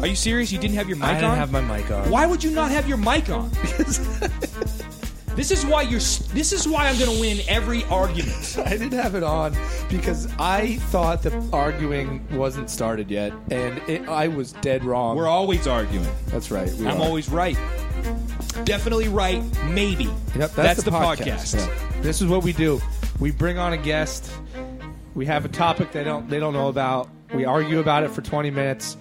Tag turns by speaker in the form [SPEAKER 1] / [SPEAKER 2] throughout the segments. [SPEAKER 1] Are you serious? You didn't have your mic
[SPEAKER 2] I
[SPEAKER 1] on?
[SPEAKER 2] didn't have my mic on.
[SPEAKER 1] Why would you not have your mic on? this is why you're. s- This is why I'm going to win every argument.
[SPEAKER 2] I didn't have it on because I thought that arguing wasn't started yet, and it, I was dead wrong.
[SPEAKER 1] We're always arguing.
[SPEAKER 2] That's right. We
[SPEAKER 1] I'm
[SPEAKER 2] are.
[SPEAKER 1] always right. Definitely right. Maybe.
[SPEAKER 2] Yep, that's,
[SPEAKER 1] the, podcast.
[SPEAKER 2] Yeah. This is what we do. We bring on a guest. We have a topic they don't they don't know about. We argue about it for 20 minutes.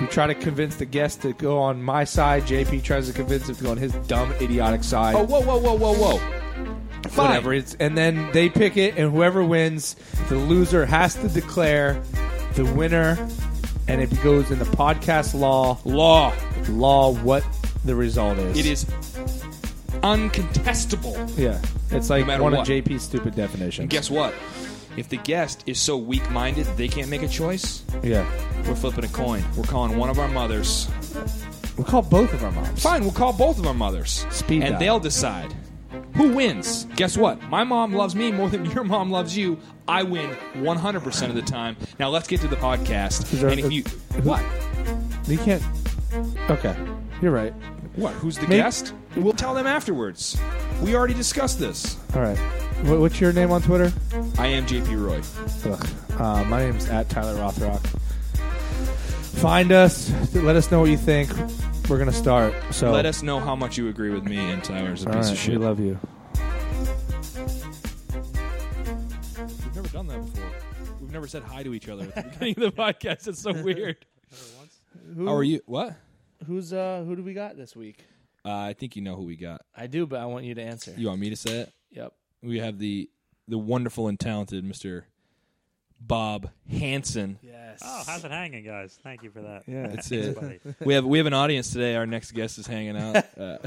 [SPEAKER 2] We try to convince the guest to go on my side. JP tries to convince him to go on his dumb, idiotic side.
[SPEAKER 1] Oh, whoa, whoa, whoa, whoa, whoa. Fine.
[SPEAKER 2] whatever. It's, and then they pick it, and whoever wins, the loser has to declare the winner, and it goes in the podcast law
[SPEAKER 1] Law.
[SPEAKER 2] law what the result is.
[SPEAKER 1] It is uncontestable.
[SPEAKER 2] yeah. It's like
[SPEAKER 1] matter
[SPEAKER 2] one
[SPEAKER 1] what.
[SPEAKER 2] of JP's stupid definitions.
[SPEAKER 1] And guess what? If the guest is so weak minded they can't make a choice,
[SPEAKER 2] yeah,
[SPEAKER 1] we're flipping a coin. We're calling one of our mothers.
[SPEAKER 2] we call both of our moms.
[SPEAKER 1] Fine, we'll call both of our mothers.
[SPEAKER 2] Speed
[SPEAKER 1] and
[SPEAKER 2] dial.
[SPEAKER 1] they'll decide who wins. Guess what? My mom loves me more than your mom loves you. I win 100% of the time. Now let's get to the podcast.
[SPEAKER 2] Is there-
[SPEAKER 1] and if you
[SPEAKER 2] who-
[SPEAKER 1] what?
[SPEAKER 2] You can't. Okay, you're right.
[SPEAKER 1] What? Who's the
[SPEAKER 2] Maybe-
[SPEAKER 1] guest? We'll tell them afterwards. We already discussed this.
[SPEAKER 2] All right. What, what's your name on Twitter?
[SPEAKER 1] I am JP Roy.
[SPEAKER 2] Ugh. Uh, my name's at Tyler Rothrock. Find us. Let us know what you think. We're gonna start. So
[SPEAKER 1] Let us know how much you agree with me and Tyler's a
[SPEAKER 2] Oh. All
[SPEAKER 1] piece
[SPEAKER 2] right,
[SPEAKER 1] of shit.
[SPEAKER 2] We love you.
[SPEAKER 1] We've never done that before. We've never said hi to each other at the beginning of the podcast. It's so weird.
[SPEAKER 3] Who,
[SPEAKER 1] How are you? What?
[SPEAKER 3] Who's uh? Who do we got this week?
[SPEAKER 1] Uh, I think you know who we got.
[SPEAKER 3] I do, but I want you to answer.
[SPEAKER 1] You want me to say it?
[SPEAKER 3] Yep.
[SPEAKER 1] We have the the wonderful and talented Mr. Bob Hansen.
[SPEAKER 3] Yes.
[SPEAKER 4] Oh, how's it hanging, guys? Thank you for that.
[SPEAKER 2] Yeah.
[SPEAKER 1] That's it.
[SPEAKER 4] Buddy.
[SPEAKER 1] We have we have an audience today. Our next guest is hanging out. Uh,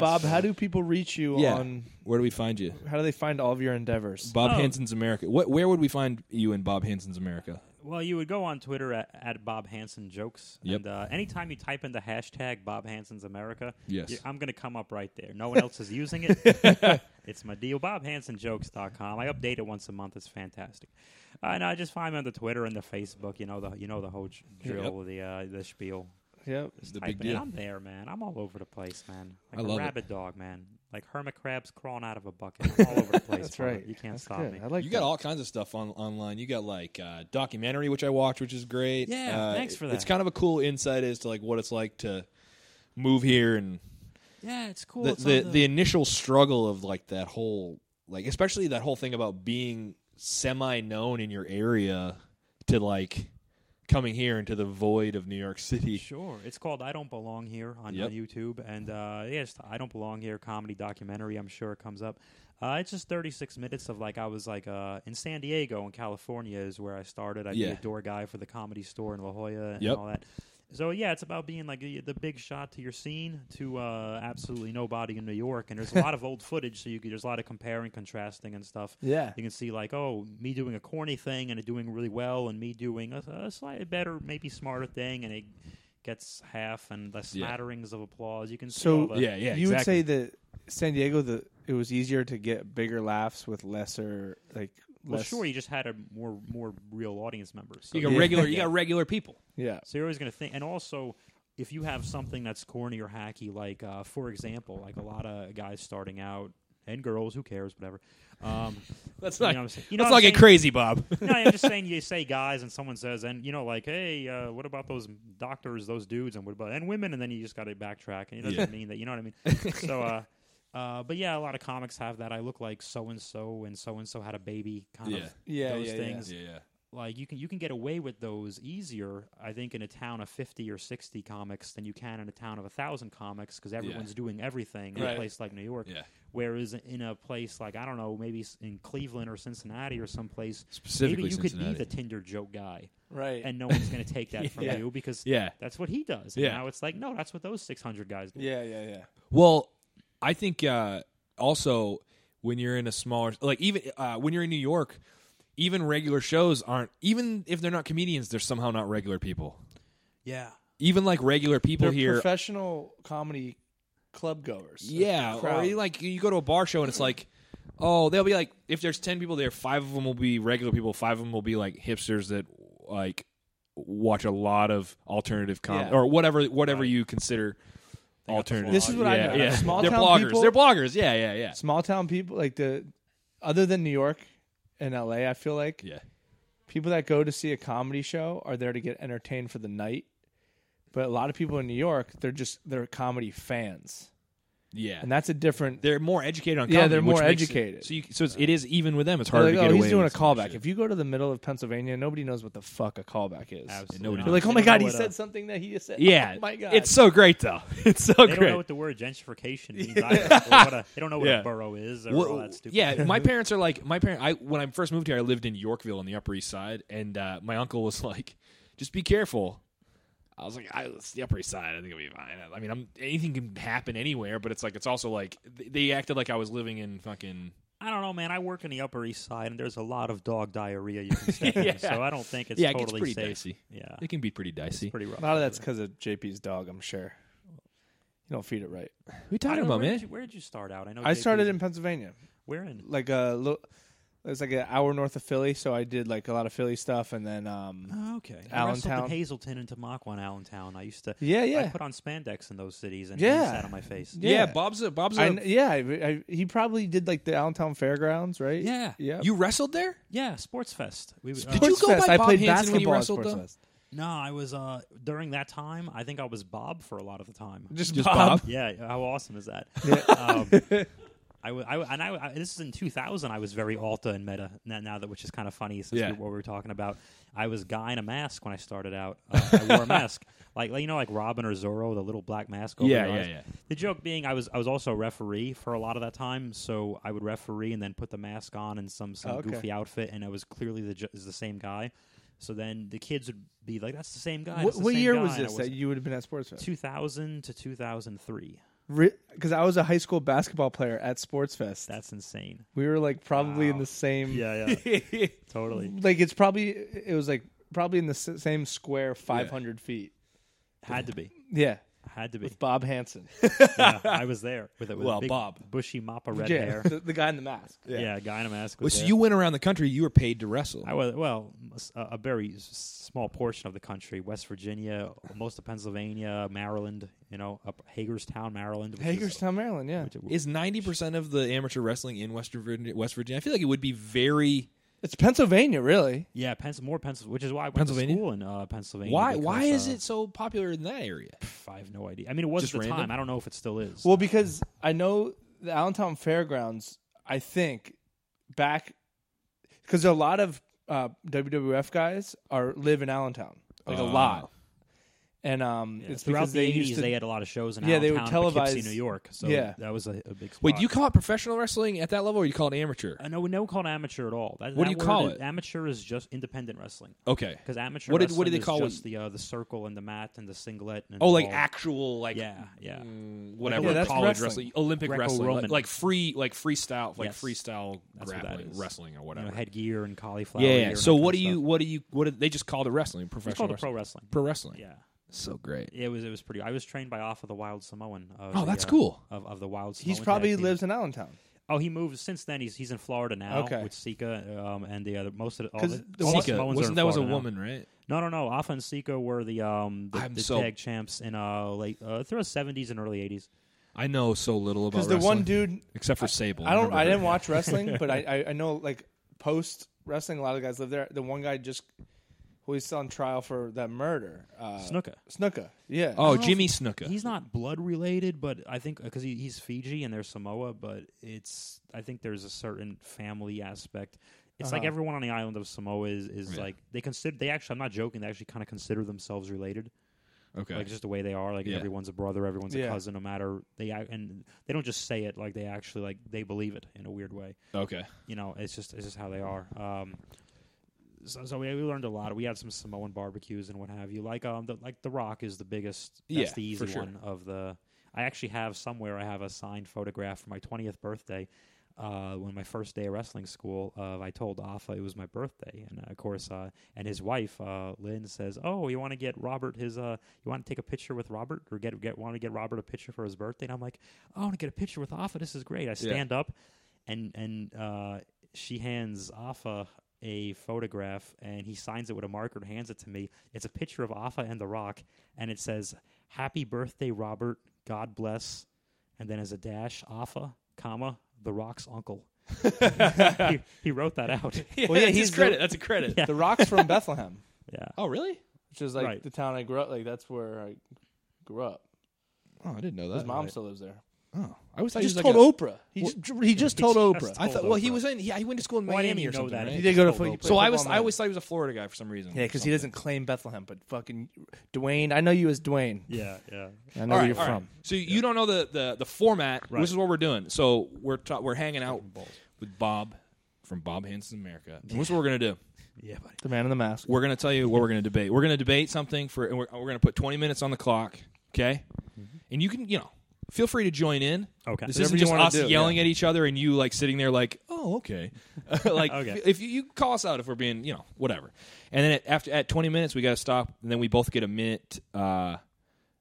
[SPEAKER 3] Bob, how do people reach you
[SPEAKER 1] Yeah.
[SPEAKER 3] on?
[SPEAKER 1] where do we find you?
[SPEAKER 3] How do they find all of your endeavors?
[SPEAKER 1] Bob
[SPEAKER 4] Oh.
[SPEAKER 1] Hansen's America. What, where would we find you in Bob Hansen's America?
[SPEAKER 4] Well, you would go on Twitter at, at Bob Hansen Jokes.
[SPEAKER 1] Yep.
[SPEAKER 4] And uh, anytime you type in the hashtag Bob Hansen's America,
[SPEAKER 1] Yes.
[SPEAKER 4] you- I'm going to come up right there. No one else is using it. it's my deal. BobHansenJokes.com. I update it once a month. It's fantastic. Uh, and I just find me on the Twitter and the Facebook. You know the you know the whole j- drill, the uh, the spiel.
[SPEAKER 3] Yep.
[SPEAKER 4] Just
[SPEAKER 1] The
[SPEAKER 4] type
[SPEAKER 1] big
[SPEAKER 4] it in.
[SPEAKER 1] deal.
[SPEAKER 4] I'm there, man. I'm all over the place, man. Like
[SPEAKER 1] I
[SPEAKER 4] a
[SPEAKER 1] love it.
[SPEAKER 4] rabid dog, man. Like hermit crabs crawling out of a bucket. I'm all over the place.
[SPEAKER 3] That's
[SPEAKER 4] brother.
[SPEAKER 3] right.
[SPEAKER 4] You can't
[SPEAKER 3] That's
[SPEAKER 4] stop
[SPEAKER 3] good.
[SPEAKER 4] me.
[SPEAKER 3] I like
[SPEAKER 1] You got
[SPEAKER 3] that.
[SPEAKER 1] all kinds of stuff on online. You got like uh, documentary, which I watched, which is great.
[SPEAKER 4] Yeah,
[SPEAKER 1] Uh,
[SPEAKER 4] thanks for
[SPEAKER 1] It's
[SPEAKER 4] that.
[SPEAKER 1] kind of a cool insight as to like what it's like to move here and
[SPEAKER 4] Yeah, it's cool.
[SPEAKER 1] the
[SPEAKER 4] It's on
[SPEAKER 1] the, the initial struggle of like that whole like especially that whole thing about being semi known in your area to like coming here into the void of New York City.
[SPEAKER 4] Sure. It's called I Don't Belong Here on,
[SPEAKER 1] Yep.
[SPEAKER 4] on YouTube. And uh, yeah, it's I Don't Belong Here comedy documentary. I'm sure it comes up. Uh, it's just 36 minutes of like, I was like uh, in San Diego in California is where I started. I'd be
[SPEAKER 1] Yeah.
[SPEAKER 4] a door guy for the comedy store in La Jolla and
[SPEAKER 1] Yep.
[SPEAKER 4] all that. So yeah, it's about being like the the big shot to your scene to uh, absolutely nobody in New York. And there's a lot of old footage, so you could, there's a lot of comparing, contrasting, and stuff.
[SPEAKER 3] Yeah.
[SPEAKER 4] You can see like, oh, me doing a corny thing and it doing really well, and me doing a, a slightly better, maybe smarter thing, and it gets half and the
[SPEAKER 1] Yeah.
[SPEAKER 4] smatterings of applause. You can see
[SPEAKER 3] So-
[SPEAKER 4] all the,
[SPEAKER 1] Yeah, yeah, exactly.
[SPEAKER 3] you would say that San Diego, the it was easier to get bigger laughs with lesser like.
[SPEAKER 4] well,
[SPEAKER 3] less-
[SPEAKER 4] sure, you just had a more more real audience members. So,
[SPEAKER 1] you got
[SPEAKER 3] Yeah.
[SPEAKER 1] regular you got regular people.
[SPEAKER 3] Yeah.
[SPEAKER 4] so you're always going to think, and also. If you have something that's corny or hacky, like uh, for example, like a lot of guys starting out and girls, who cares, whatever. Um,
[SPEAKER 1] That's
[SPEAKER 4] you
[SPEAKER 1] not
[SPEAKER 4] know what I'm saying? You know
[SPEAKER 1] That's not
[SPEAKER 4] what I'm
[SPEAKER 1] get
[SPEAKER 4] saying?
[SPEAKER 1] crazy, Bob.
[SPEAKER 4] no, I'm just saying you say guys and someone says, and you know, like, hey, uh, what about those doctors, those dudes, and what about and women? And then you just got to backtrack, and it doesn't
[SPEAKER 1] Yeah.
[SPEAKER 4] mean that you know what I mean. so, uh, uh, but yeah, a lot of comics have that. I look like so and so, and so and so had a baby, kind
[SPEAKER 1] Yeah.
[SPEAKER 4] of
[SPEAKER 3] Yeah,
[SPEAKER 4] those
[SPEAKER 3] yeah, yeah.
[SPEAKER 4] things.
[SPEAKER 1] yeah.
[SPEAKER 4] Like you can you can get away with those easier, I think, in a town of fifty or sixty comics than you can in a town of a thousand comics because everyone's doing everything in
[SPEAKER 1] Right.
[SPEAKER 4] a place like New York.
[SPEAKER 1] Yeah.
[SPEAKER 4] Whereas in a place like I don't know, maybe s- in Cleveland or Cincinnati or someplace,
[SPEAKER 1] Specifically
[SPEAKER 4] maybe you
[SPEAKER 1] Cincinnati.
[SPEAKER 4] could be the Tinder joke guy,
[SPEAKER 3] Right.
[SPEAKER 4] and no one's going to take that from
[SPEAKER 3] Yeah.
[SPEAKER 4] you because
[SPEAKER 1] Yeah.
[SPEAKER 4] that's what he does. And
[SPEAKER 1] Yeah.
[SPEAKER 4] Now it's like, no, that's what those six hundred guys do.
[SPEAKER 3] yeah, yeah, yeah.
[SPEAKER 1] Well, I think uh, also when you're in a smaller, like even uh, when you're in New York, even regular shows aren't even if they're not comedians, they're somehow not regular people.
[SPEAKER 3] Yeah.
[SPEAKER 1] Even like regular people
[SPEAKER 3] They're
[SPEAKER 1] here,
[SPEAKER 3] professional comedy club goers.
[SPEAKER 1] yeah. Or you, like you go to a bar show and it's like, oh, they'll be like, if there's ten people there, five of them will be regular people, five of them will be like hipsters that like watch a lot of alternative content
[SPEAKER 3] Yeah.
[SPEAKER 1] or whatever whatever you consider
[SPEAKER 4] got
[SPEAKER 1] alternative.
[SPEAKER 4] the This is
[SPEAKER 3] what I
[SPEAKER 1] yeah,
[SPEAKER 3] know.
[SPEAKER 1] Yeah.
[SPEAKER 3] Small
[SPEAKER 1] They're
[SPEAKER 3] town
[SPEAKER 1] bloggers.
[SPEAKER 3] people-
[SPEAKER 1] They're bloggers. Yeah, yeah, yeah.
[SPEAKER 3] small town people like the other than New York and LA, I feel like
[SPEAKER 1] Yeah.
[SPEAKER 3] people that go to see a comedy show are there to get entertained for the night. But a lot of people in New York, they're just they're comedy fans.
[SPEAKER 1] Yeah.
[SPEAKER 3] And that's a different
[SPEAKER 1] they're more educated on
[SPEAKER 3] Yeah,
[SPEAKER 1] comedy,
[SPEAKER 3] they're
[SPEAKER 1] which
[SPEAKER 3] more
[SPEAKER 1] makes it-
[SPEAKER 3] educated.
[SPEAKER 1] so you, so it's, it is even with them. It's
[SPEAKER 3] they're
[SPEAKER 1] harder
[SPEAKER 3] like,
[SPEAKER 1] to get
[SPEAKER 3] oh,
[SPEAKER 1] away.
[SPEAKER 3] he's doing a
[SPEAKER 1] with some
[SPEAKER 3] callback.
[SPEAKER 1] shit.
[SPEAKER 3] If you go to the middle of Pennsylvania, nobody knows what the fuck a callback is.
[SPEAKER 4] Absolutely.
[SPEAKER 1] nobody
[SPEAKER 4] not.
[SPEAKER 3] They're like,
[SPEAKER 4] They
[SPEAKER 3] oh my
[SPEAKER 4] don't
[SPEAKER 3] god,
[SPEAKER 4] know
[SPEAKER 3] he
[SPEAKER 4] what uh,
[SPEAKER 3] said
[SPEAKER 4] a-
[SPEAKER 3] something that he said.
[SPEAKER 1] yeah,
[SPEAKER 3] oh my god,
[SPEAKER 1] it's so great though. It's so
[SPEAKER 4] They
[SPEAKER 1] great.
[SPEAKER 4] don't know what the word gentrification means. either, or what a, they don't know what
[SPEAKER 1] Yeah.
[SPEAKER 4] a borough is or
[SPEAKER 1] Well,
[SPEAKER 4] all that stupid.
[SPEAKER 1] Yeah,
[SPEAKER 4] shit.
[SPEAKER 1] my parents are like my parent. I when I first moved here, I lived in Yorkville on the Upper East Side, and uh, my uncle was like, "Just be careful." I was like, I, "It's the Upper East Side. I think it'll be fine." I mean, I'm, anything can happen anywhere, but it's like it's also like th- they acted like I was living in fucking.
[SPEAKER 4] I don't know, man. I work in the Upper East Side, and there's a lot of dog diarrhea you can step
[SPEAKER 1] Yeah.
[SPEAKER 4] in, so I don't think it's
[SPEAKER 1] yeah, it gets
[SPEAKER 4] totally
[SPEAKER 1] pretty
[SPEAKER 4] safe.
[SPEAKER 1] dicey.
[SPEAKER 4] Yeah,
[SPEAKER 1] It can be pretty dicey.
[SPEAKER 4] it's pretty rough.
[SPEAKER 3] a lot of that's because of JP's dog, I'm sure. You don't feed it right.
[SPEAKER 1] Who you
[SPEAKER 4] I
[SPEAKER 1] talking
[SPEAKER 4] don't-
[SPEAKER 1] about,
[SPEAKER 4] where
[SPEAKER 1] man?
[SPEAKER 4] Did you, where did you start out? I know
[SPEAKER 3] I
[SPEAKER 4] JP
[SPEAKER 3] started
[SPEAKER 4] is-
[SPEAKER 3] in Pennsylvania.
[SPEAKER 4] Where in?
[SPEAKER 3] like a little it was like an hour north of Philly, so I did like a lot of Philly stuff and then um
[SPEAKER 4] Oh, okay. I wrestled
[SPEAKER 3] Allentown.
[SPEAKER 4] in Hazleton and Tamaqua in Allentown. I used to.
[SPEAKER 3] Yeah,
[SPEAKER 4] I
[SPEAKER 3] yeah.
[SPEAKER 4] put on spandex in those cities and
[SPEAKER 3] Yeah.
[SPEAKER 4] yeah. sat on my face.
[SPEAKER 3] Yeah.
[SPEAKER 1] Bob's a Bob's a
[SPEAKER 3] I, yeah, I, I, he probably did like the Allentown Fairgrounds, right?
[SPEAKER 1] yeah.
[SPEAKER 3] Yeah.
[SPEAKER 1] You wrestled there?
[SPEAKER 4] Yeah, Sports Fest. We, would-
[SPEAKER 1] Did you go by
[SPEAKER 3] I
[SPEAKER 1] Bob
[SPEAKER 3] played
[SPEAKER 1] Hanson when you
[SPEAKER 3] basketball at
[SPEAKER 1] wrestled,
[SPEAKER 3] Sports
[SPEAKER 1] though?
[SPEAKER 3] Fest.
[SPEAKER 4] No, I was uh during that time. I think I was Bob for a lot of the time.
[SPEAKER 3] Just,
[SPEAKER 1] Just Bob?
[SPEAKER 3] Bob.
[SPEAKER 4] Yeah, how awesome is that? um, I, w- I w- and I, I this is in 2000. I was very Alta and Meta now, now that which is kind of funny since
[SPEAKER 1] Yeah.
[SPEAKER 4] we, what we were talking about. I was guy in a mask when I started out. Uh, I wore a mask, like like, you know, like Robin or Zorro, the little black mask. Over
[SPEAKER 1] Yeah,
[SPEAKER 4] your
[SPEAKER 1] yeah,
[SPEAKER 4] eyes.
[SPEAKER 1] yeah.
[SPEAKER 4] The joke being, I was I was also a referee for a lot of that time, so I would referee and then put the mask on in some some
[SPEAKER 3] Oh, okay.
[SPEAKER 4] goofy outfit, and I was clearly the ju- is the same guy. So then the kids would be like, "That's the same guy."
[SPEAKER 3] What,
[SPEAKER 4] that's the
[SPEAKER 3] what
[SPEAKER 4] same
[SPEAKER 3] year
[SPEAKER 4] guy,"
[SPEAKER 3] was
[SPEAKER 4] and I
[SPEAKER 3] this that you would have been at Sports Fest?
[SPEAKER 4] 2000 to 2003.
[SPEAKER 3] Because I was a high school basketball player at Sports Fest.
[SPEAKER 4] That's insane.
[SPEAKER 3] we were like probably in
[SPEAKER 4] Wow.
[SPEAKER 3] the same.
[SPEAKER 4] Yeah, yeah, totally.
[SPEAKER 3] Like it's probably it was like probably in the s- same square, five hundred feet.
[SPEAKER 4] Had to be.
[SPEAKER 3] Yeah,
[SPEAKER 4] Had to be.
[SPEAKER 3] with Bob Hanson.
[SPEAKER 4] Yeah, I was there with it. With
[SPEAKER 1] Well,
[SPEAKER 4] a big
[SPEAKER 1] Bob.
[SPEAKER 4] bushy mop of red
[SPEAKER 3] yeah,
[SPEAKER 4] hair.
[SPEAKER 3] the, the guy in the mask.
[SPEAKER 4] Yeah. a guy in a mask.
[SPEAKER 1] Well,
[SPEAKER 4] Was
[SPEAKER 1] so
[SPEAKER 4] there.
[SPEAKER 1] you went around the country. You were paid to wrestle.
[SPEAKER 4] I was well, s- a, a very s- small portion of the country: West Virginia, most of Pennsylvania, Maryland. You know, up Hagerstown, Maryland. Which
[SPEAKER 3] Hagerstown, Maryland. Yeah,
[SPEAKER 4] Is, which-
[SPEAKER 1] Is ninety percent of the amateur wrestling in West Virginia? West Virginia, I feel like it would be very.
[SPEAKER 3] it's Pennsylvania, really.
[SPEAKER 4] yeah, Pens- more Pennsylvania, which is why I went
[SPEAKER 1] Pennsylvania?
[SPEAKER 4] to school in uh, Pennsylvania.
[SPEAKER 1] Why?
[SPEAKER 4] because,
[SPEAKER 1] Why is
[SPEAKER 4] uh,
[SPEAKER 1] it so popular in that area?
[SPEAKER 4] pff, I have no idea. I mean, it was
[SPEAKER 1] Just
[SPEAKER 4] at the
[SPEAKER 1] random?
[SPEAKER 4] time. I don't know if it still is.
[SPEAKER 3] Well, because I know the Allentown Fairgrounds, I think back because a lot of uh, WWF guys are live in Allentown, like a
[SPEAKER 1] Oh.
[SPEAKER 3] lot, and um,
[SPEAKER 4] Ah. Yeah,
[SPEAKER 3] it's
[SPEAKER 4] throughout
[SPEAKER 3] because
[SPEAKER 4] the
[SPEAKER 3] they
[SPEAKER 4] eighties,
[SPEAKER 3] used to.
[SPEAKER 4] they had a lot of shows in
[SPEAKER 3] Yeah, they would
[SPEAKER 4] Allentown, Poughkeepsie,
[SPEAKER 3] televise-
[SPEAKER 4] New York. So
[SPEAKER 3] Yeah.
[SPEAKER 4] that was a, a big. Spot.
[SPEAKER 1] Wait, do you call it professional wrestling at that level, or you call it amateur?
[SPEAKER 4] Uh, no, we don't call it amateur at all. That,
[SPEAKER 1] What do
[SPEAKER 4] that
[SPEAKER 1] you call
[SPEAKER 4] word is-
[SPEAKER 1] it?
[SPEAKER 4] Amateur is just independent wrestling
[SPEAKER 1] Okay.
[SPEAKER 4] because amateur.
[SPEAKER 1] What did- what do
[SPEAKER 4] wrestling
[SPEAKER 1] they
[SPEAKER 4] is
[SPEAKER 1] call it?
[SPEAKER 4] just the uh, the circle and the mat and the singlet? And
[SPEAKER 1] Oh,
[SPEAKER 4] the
[SPEAKER 1] like
[SPEAKER 4] ball.
[SPEAKER 1] actual, like
[SPEAKER 4] Yeah, yeah.
[SPEAKER 1] mm, whatever
[SPEAKER 3] Yeah, that's
[SPEAKER 1] college
[SPEAKER 3] wrestling.
[SPEAKER 1] wrestling, Olympic wrestling, like,
[SPEAKER 4] Greco-Roman.
[SPEAKER 1] like free, like freestyle, like
[SPEAKER 4] Yes.
[SPEAKER 1] freestyle
[SPEAKER 4] That's what that
[SPEAKER 1] grappling,
[SPEAKER 4] is.
[SPEAKER 1] wrestling or
[SPEAKER 4] You
[SPEAKER 1] whatever.
[SPEAKER 4] know, headgear and cauliflower.
[SPEAKER 1] yeah,
[SPEAKER 4] ear
[SPEAKER 1] yeah.
[SPEAKER 4] and
[SPEAKER 1] So
[SPEAKER 4] that
[SPEAKER 1] what do
[SPEAKER 4] kind of
[SPEAKER 1] you?
[SPEAKER 4] stuff.
[SPEAKER 1] What do you? What do they just called it wrestling?
[SPEAKER 4] It's
[SPEAKER 1] Professional
[SPEAKER 4] called a pro
[SPEAKER 1] wrestling.
[SPEAKER 4] wrestling.
[SPEAKER 1] Pro wrestling.
[SPEAKER 4] Yeah,
[SPEAKER 1] So great.
[SPEAKER 4] it was. It was pretty. I was trained by Off of the Wild Samoan. Of
[SPEAKER 1] Oh,
[SPEAKER 4] the,
[SPEAKER 1] that's
[SPEAKER 4] uh,
[SPEAKER 1] cool.
[SPEAKER 4] Of, of the Wild.
[SPEAKER 3] He's
[SPEAKER 4] Samoan
[SPEAKER 3] probably
[SPEAKER 4] tag team.
[SPEAKER 3] lives in Allentown
[SPEAKER 4] Oh, he moved since then. He's he's in Florida now
[SPEAKER 3] Okay.
[SPEAKER 4] with Sika um, and the other most of the, all
[SPEAKER 3] 'Cause
[SPEAKER 4] the,
[SPEAKER 3] the
[SPEAKER 4] all the
[SPEAKER 1] Sika,
[SPEAKER 4] Samoans are in
[SPEAKER 1] wasn't that was a
[SPEAKER 4] Florida now.
[SPEAKER 1] woman, right?
[SPEAKER 4] No, no, no. Alpha and Sika were the um the,
[SPEAKER 1] I'm
[SPEAKER 4] the
[SPEAKER 1] so-
[SPEAKER 4] tag champs in uh late uh through the seventies and early eighties.
[SPEAKER 1] I know so little about
[SPEAKER 3] because the one
[SPEAKER 1] wrestling,
[SPEAKER 3] dude
[SPEAKER 1] except for Sable.
[SPEAKER 3] I don't
[SPEAKER 1] remember
[SPEAKER 3] I
[SPEAKER 1] her.
[SPEAKER 3] didn't watch wrestling, but I, I I know like post wrestling, a lot of guys live there. The one guy just who he's on trial for that murder, uh,
[SPEAKER 4] Snuka.
[SPEAKER 3] Snuka,
[SPEAKER 4] I
[SPEAKER 3] yeah.
[SPEAKER 1] Oh,
[SPEAKER 4] don't know if
[SPEAKER 1] Jimmy
[SPEAKER 4] he-
[SPEAKER 1] Snuka.
[SPEAKER 4] He's not blood related, but I think because he, he's Fiji and they're Samoa, but it's I think there's a certain family aspect. It's like
[SPEAKER 3] Uh-huh.
[SPEAKER 4] everyone on the island of Samoa is, is
[SPEAKER 1] Yeah.
[SPEAKER 4] like they consider they actually I'm not joking they actually kind of consider themselves related
[SPEAKER 1] okay.
[SPEAKER 4] like just the way they are like
[SPEAKER 1] Yeah.
[SPEAKER 4] everyone's a brother everyone's
[SPEAKER 3] Yeah.
[SPEAKER 4] a cousin no matter they ac- and they don't just say it like they actually like they believe it in a weird way
[SPEAKER 1] okay.
[SPEAKER 4] you know, it's just it's just how they are. Um, so, so we, we learned a lot. We had some Samoan barbecues and what have you. Like um, the, like the Rock is the biggest. That's
[SPEAKER 1] Yeah,
[SPEAKER 4] the
[SPEAKER 1] for
[SPEAKER 4] easy
[SPEAKER 1] sure.
[SPEAKER 4] one of the. I actually have somewhere. I have a signed photograph for my twentieth birthday. Uh, when my first day of wrestling school, uh, I told Alpha it was my birthday, and uh, of course, uh, and his wife uh, Lynn says, "Oh, you want to get Robert his? Uh, you want to take a picture with Robert, or get get want to get Robert a picture for his birthday?" And I'm like, "I want to get a picture with Alpha. This is great." I stand up, and and uh, she hands Alpha a photograph and he signs it with a marker and hands it to me. It's a picture of Alpha and The Rock, and it says, "Happy birthday, Robert. God bless." And then as a dash, Alpha, comma, The Rock's uncle. he, he wrote that out.
[SPEAKER 3] Well, yeah,
[SPEAKER 1] that's
[SPEAKER 3] he's
[SPEAKER 1] his credit. That's a credit.
[SPEAKER 4] Yeah.
[SPEAKER 3] The Rock's from Bethlehem,
[SPEAKER 4] Yeah.
[SPEAKER 1] Oh, really?
[SPEAKER 3] which is like
[SPEAKER 4] Right.
[SPEAKER 3] the town I grew up. Like that's where I grew up.
[SPEAKER 1] Oh, I didn't know that.
[SPEAKER 3] His mom still lives there.
[SPEAKER 1] Oh, I always
[SPEAKER 3] He
[SPEAKER 1] thought
[SPEAKER 3] just
[SPEAKER 1] he was
[SPEAKER 3] told
[SPEAKER 1] like
[SPEAKER 3] Oprah. He just he just told
[SPEAKER 4] just
[SPEAKER 3] Oprah.
[SPEAKER 1] a, I
[SPEAKER 4] told
[SPEAKER 1] thought. Well, he
[SPEAKER 4] Oprah.
[SPEAKER 1] was in. He, he went to school in
[SPEAKER 4] Why didn't
[SPEAKER 1] Miami
[SPEAKER 4] you
[SPEAKER 1] or
[SPEAKER 4] know
[SPEAKER 1] something.
[SPEAKER 4] that?
[SPEAKER 1] right?
[SPEAKER 3] He did go to
[SPEAKER 4] Oprah.
[SPEAKER 3] football.
[SPEAKER 1] So I was. I always thought he was a Florida guy for some reason.
[SPEAKER 3] Yeah, because he doesn't claim Bethlehem, but fucking Dwayne. I know you as Dwayne.
[SPEAKER 4] Yeah, yeah.
[SPEAKER 3] I know
[SPEAKER 1] All
[SPEAKER 3] where
[SPEAKER 1] right,
[SPEAKER 3] you're
[SPEAKER 1] all
[SPEAKER 3] from.
[SPEAKER 1] right. So you don't know the the, the format.
[SPEAKER 4] Right.
[SPEAKER 1] This is what we're doing. So we're ta- we're hanging out with Bob from Bob Hanson America. And What's what we're gonna do?
[SPEAKER 4] Yeah, buddy.
[SPEAKER 3] The man in the mask.
[SPEAKER 1] We're gonna tell you what we're gonna debate. We're gonna debate something for, and we're, we're gonna put twenty minutes on the clock. Okay, and you can you know feel free to join in.
[SPEAKER 4] Mm-hmm. Okay.
[SPEAKER 1] This
[SPEAKER 3] Whatever
[SPEAKER 1] isn't
[SPEAKER 3] you
[SPEAKER 1] just
[SPEAKER 3] wanna
[SPEAKER 1] us
[SPEAKER 3] do,
[SPEAKER 1] yelling at each other and you like sitting there like, oh okay, like
[SPEAKER 4] Okay.
[SPEAKER 1] if you, you call us out if we're being you know whatever, and then at, after at twenty minutes we got to stop, and then we both get a minute uh,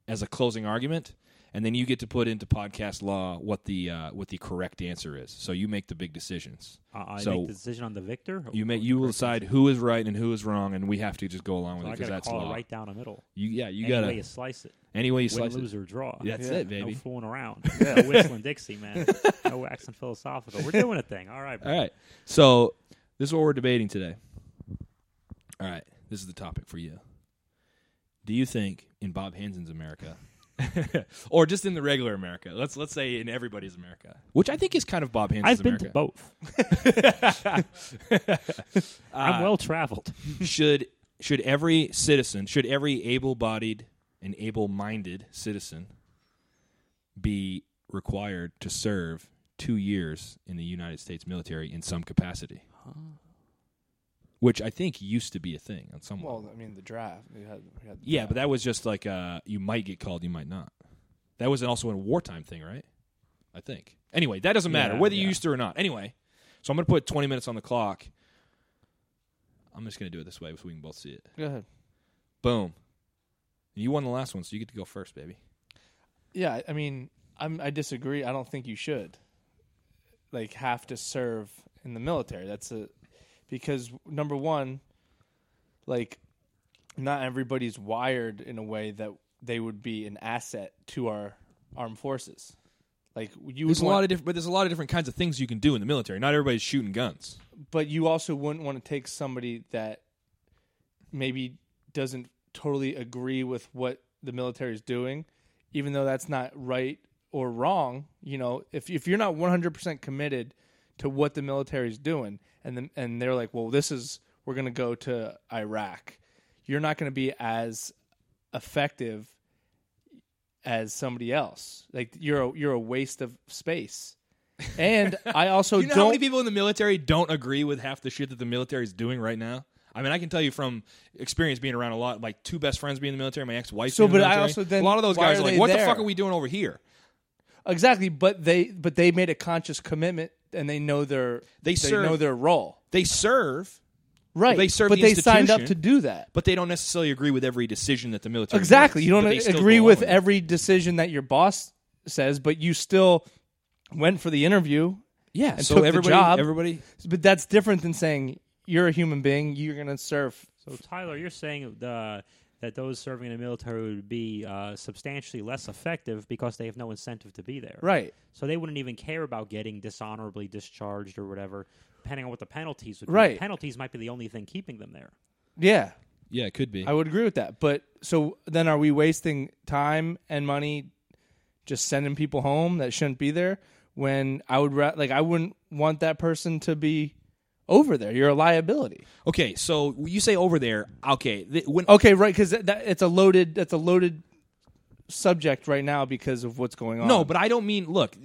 [SPEAKER 1] as a closing argument, and then you get to put into podcast law what the uh, what the correct answer is. So you make the big decisions.
[SPEAKER 4] Uh, I I
[SPEAKER 1] so
[SPEAKER 4] make the decision on the victor. or-
[SPEAKER 1] you make you will decide who is right and who is wrong, and we have to just go along with
[SPEAKER 4] So I
[SPEAKER 1] it because
[SPEAKER 4] gotta
[SPEAKER 1] that's
[SPEAKER 4] call
[SPEAKER 1] law.
[SPEAKER 4] it right down the middle.
[SPEAKER 1] You yeah, you
[SPEAKER 4] Any
[SPEAKER 1] gotta
[SPEAKER 4] way you slice it.
[SPEAKER 1] any way you
[SPEAKER 4] Win,
[SPEAKER 1] slice it.
[SPEAKER 4] lose, or draw.
[SPEAKER 1] That's it, baby.
[SPEAKER 4] No fooling around. No whistling Dixie, man. No waxing philosophical. We're doing a thing. All right. bro.
[SPEAKER 1] All right. So this is what we're debating today. All right. This is the topic for you. Do you think in Bob Hanson's America, or just in the regular America? Let's let's say in everybody's America, which I think is kind of Bob Hanson's
[SPEAKER 4] I've been
[SPEAKER 1] America.
[SPEAKER 4] to both.
[SPEAKER 3] Uh,
[SPEAKER 4] I'm well traveled.
[SPEAKER 1] should should every citizen, should every able-bodied and able-minded citizen be required to serve 2 years in the United States military in some capacity? Which I think used to be a thing on some level.
[SPEAKER 3] Well, I mean, the draft. We had, we had the
[SPEAKER 1] Yeah,
[SPEAKER 3] draft.
[SPEAKER 1] but that was just like uh, you might get called, you might not. That was also a wartime thing, right? I think. Anyway, that doesn't matter
[SPEAKER 4] Yeah,
[SPEAKER 1] whether you
[SPEAKER 4] yeah.
[SPEAKER 1] used to or not. Anyway, so I'm going to put 20 minutes on the clock. I'm just going to do it this way so we can both see it.
[SPEAKER 3] Go ahead.
[SPEAKER 1] Boom. You won the last one, so you get to go first, baby.
[SPEAKER 3] Yeah, I mean, I'm, I disagree. I don't think you should like have to serve in the military. That's a because number one, like, not everybody's wired in a way that they would be an asset to our armed forces. Like you would
[SPEAKER 1] There's a lot
[SPEAKER 3] want,
[SPEAKER 1] of different, but there's a lot of different kinds of things you can do in the military. Not everybody's shooting guns.
[SPEAKER 3] but you also wouldn't want to take somebody that maybe doesn't totally agree with what the military is doing, even though that's not right or wrong. You know, if if you're not 100% committed to what the military is doing, and then and they're like, well, this is we're going to go to Iraq, you're not going to be as effective as somebody else. Like you're a, you're a waste of space. And I also
[SPEAKER 1] You know
[SPEAKER 3] don't
[SPEAKER 1] how many people in the military don't agree with half the shit that the military is doing right now? I mean, I can tell you from experience being around a lot, like two best friends being in the military, my ex wife.
[SPEAKER 3] So,
[SPEAKER 1] in the
[SPEAKER 3] but I
[SPEAKER 1] military.
[SPEAKER 3] also then-
[SPEAKER 1] a lot of those
[SPEAKER 3] why
[SPEAKER 1] guys
[SPEAKER 3] are
[SPEAKER 1] are like,
[SPEAKER 3] they
[SPEAKER 1] "What the
[SPEAKER 3] there?"
[SPEAKER 1] fuck are we doing over here?"
[SPEAKER 3] Exactly, but they but they made a conscious commitment and they know their
[SPEAKER 1] They
[SPEAKER 3] they,
[SPEAKER 1] serve-
[SPEAKER 3] know their role.
[SPEAKER 1] They serve,
[SPEAKER 3] Right.
[SPEAKER 1] They serve
[SPEAKER 3] but
[SPEAKER 1] the
[SPEAKER 3] they signed up to
[SPEAKER 1] institution.
[SPEAKER 3] do that.
[SPEAKER 1] but they don't necessarily agree with every decision that the military.
[SPEAKER 3] Exactly.
[SPEAKER 1] makes,
[SPEAKER 3] You don't
[SPEAKER 1] but they still
[SPEAKER 3] agree
[SPEAKER 1] go
[SPEAKER 3] with
[SPEAKER 1] along it.
[SPEAKER 3] every decision that your boss says, but you still went for the interview.
[SPEAKER 1] Yeah,
[SPEAKER 3] and
[SPEAKER 1] so
[SPEAKER 3] took the
[SPEAKER 1] everybody,
[SPEAKER 3] job.
[SPEAKER 1] everybody,
[SPEAKER 3] But that's different than saying you're a human being, you're going to serve.
[SPEAKER 4] So, Tyler, you're saying uh, that those serving in the military would be uh, substantially less effective because they have no incentive to be there.
[SPEAKER 3] Right.
[SPEAKER 4] So they wouldn't even care about getting dishonorably discharged or whatever, depending on what the penalties would be.
[SPEAKER 3] Right.
[SPEAKER 4] Penalties might be the only thing keeping them there.
[SPEAKER 3] Yeah.
[SPEAKER 1] yeah, it could be.
[SPEAKER 3] I would agree with that. But so then are we wasting time and money just sending people home that shouldn't be there when I would ra- like I wouldn't want that person to be over there. You're a liability.
[SPEAKER 1] Okay, so you say over there. Okay, th- when
[SPEAKER 3] Okay, right cuz that, that it's a loaded that's a loaded subject right now because of what's going on.
[SPEAKER 1] No, but I don't mean look,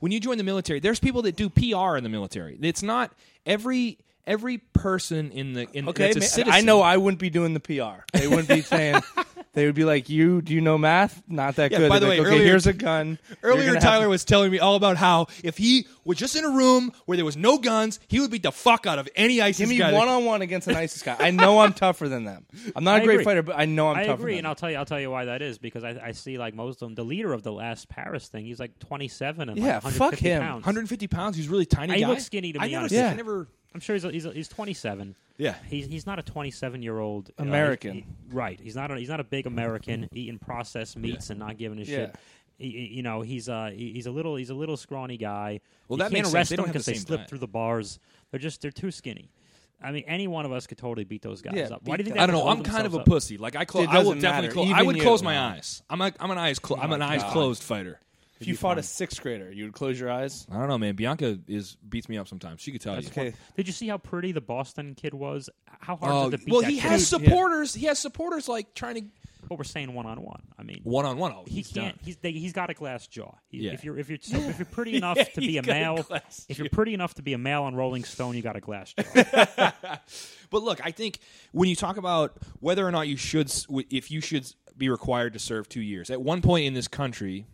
[SPEAKER 1] when you join the military, there's people that do PR in the military. It's not every every person in the in
[SPEAKER 3] okay,
[SPEAKER 1] that's a
[SPEAKER 3] ma-
[SPEAKER 1] citizen.
[SPEAKER 3] I know I wouldn't be doing the PR. They wouldn't be saying they would be like, "You do you know math? Not that
[SPEAKER 1] Yeah,
[SPEAKER 3] good."
[SPEAKER 1] by the
[SPEAKER 3] They'd be
[SPEAKER 1] way,
[SPEAKER 3] like, okay,
[SPEAKER 1] earlier-
[SPEAKER 3] here's a gun. You're
[SPEAKER 1] Earlier,
[SPEAKER 3] gonna have
[SPEAKER 1] Tyler was telling me all about how if he was just in a room where there was no guns, he would beat the fuck out of any ISIS
[SPEAKER 3] Give me
[SPEAKER 1] guy. that-
[SPEAKER 3] one on one against an ISIS guy. I know I'm tougher than them. I'm not a
[SPEAKER 4] I
[SPEAKER 3] great
[SPEAKER 4] agree.
[SPEAKER 3] fighter, but I know I'm
[SPEAKER 4] I
[SPEAKER 3] tougher.
[SPEAKER 4] agree,
[SPEAKER 3] than
[SPEAKER 4] and
[SPEAKER 3] them.
[SPEAKER 4] I'll tell you, I'll tell you why that is because I, I see like most of them. The leader of the last Paris thing, he's like 27 and like
[SPEAKER 3] Yeah, fuck
[SPEAKER 4] 150
[SPEAKER 3] him.
[SPEAKER 4] pounds.
[SPEAKER 1] 150 pounds. He's really tiny.
[SPEAKER 4] He
[SPEAKER 1] guy.
[SPEAKER 4] looks skinny to
[SPEAKER 1] I
[SPEAKER 4] me,
[SPEAKER 1] noticed
[SPEAKER 4] honestly.
[SPEAKER 1] it.
[SPEAKER 3] Yeah.
[SPEAKER 1] I never.
[SPEAKER 4] I'm sure he's he's, he's 27.
[SPEAKER 1] Yeah.
[SPEAKER 4] He's he's not a 27 year old
[SPEAKER 5] American.
[SPEAKER 4] right. He's not a, he's not a big American eating processed meats and not giving a shit.
[SPEAKER 3] Yeah.
[SPEAKER 4] He- he- you know he's uh he- he's a little he's a little scrawny guy.
[SPEAKER 1] Well, that
[SPEAKER 4] You can't
[SPEAKER 1] makes sense.
[SPEAKER 4] arrest
[SPEAKER 1] They don't
[SPEAKER 4] them
[SPEAKER 1] have the
[SPEAKER 4] they
[SPEAKER 1] same
[SPEAKER 4] slip
[SPEAKER 1] diet.
[SPEAKER 4] through the bars. They're just they're too skinny. I mean, any one of us could totally beat those guys
[SPEAKER 3] Yeah,
[SPEAKER 4] up. Why do you
[SPEAKER 3] beat
[SPEAKER 4] think
[SPEAKER 3] them.
[SPEAKER 4] they
[SPEAKER 1] I don't know.
[SPEAKER 4] hold
[SPEAKER 1] I'm kind of a
[SPEAKER 4] themselves up?
[SPEAKER 1] pussy. Like I close.
[SPEAKER 3] It
[SPEAKER 1] I will
[SPEAKER 3] doesn't
[SPEAKER 1] definitely
[SPEAKER 3] matter.
[SPEAKER 1] close. I
[SPEAKER 3] Even
[SPEAKER 1] would
[SPEAKER 3] you. Oh
[SPEAKER 1] close my eyes. I'm a, I'm an eyes. Clo- I'm an eyes closed fighter.
[SPEAKER 3] If you fought a sixth grader, you would close your eyes.
[SPEAKER 1] I don't know, man. Bianca is beats me up sometimes. She could tell you.
[SPEAKER 3] Okay.
[SPEAKER 4] Did you see how pretty the Boston kid was? How hard
[SPEAKER 1] Oh,
[SPEAKER 4] was it to beat
[SPEAKER 1] well,
[SPEAKER 4] that
[SPEAKER 1] he
[SPEAKER 4] kid?
[SPEAKER 1] has
[SPEAKER 3] Dude, yeah.
[SPEAKER 1] supporters. He has supporters like trying to
[SPEAKER 4] But we're saying one on one. I mean,
[SPEAKER 1] one on one. Oh,
[SPEAKER 4] he
[SPEAKER 1] he's
[SPEAKER 4] can't.
[SPEAKER 1] done.
[SPEAKER 4] He's they, he's got a glass jaw. He-
[SPEAKER 1] Yeah.
[SPEAKER 4] If you're if you're so if you're pretty enough to be
[SPEAKER 1] he's
[SPEAKER 4] a
[SPEAKER 1] got a
[SPEAKER 4] male,
[SPEAKER 1] glass
[SPEAKER 4] if you're pretty enough to be a male on Rolling Stone, you got a glass jaw.
[SPEAKER 1] But look, I think when you talk about whether or not you should, s- w- if you should s- be required to serve two years, at one point in this country,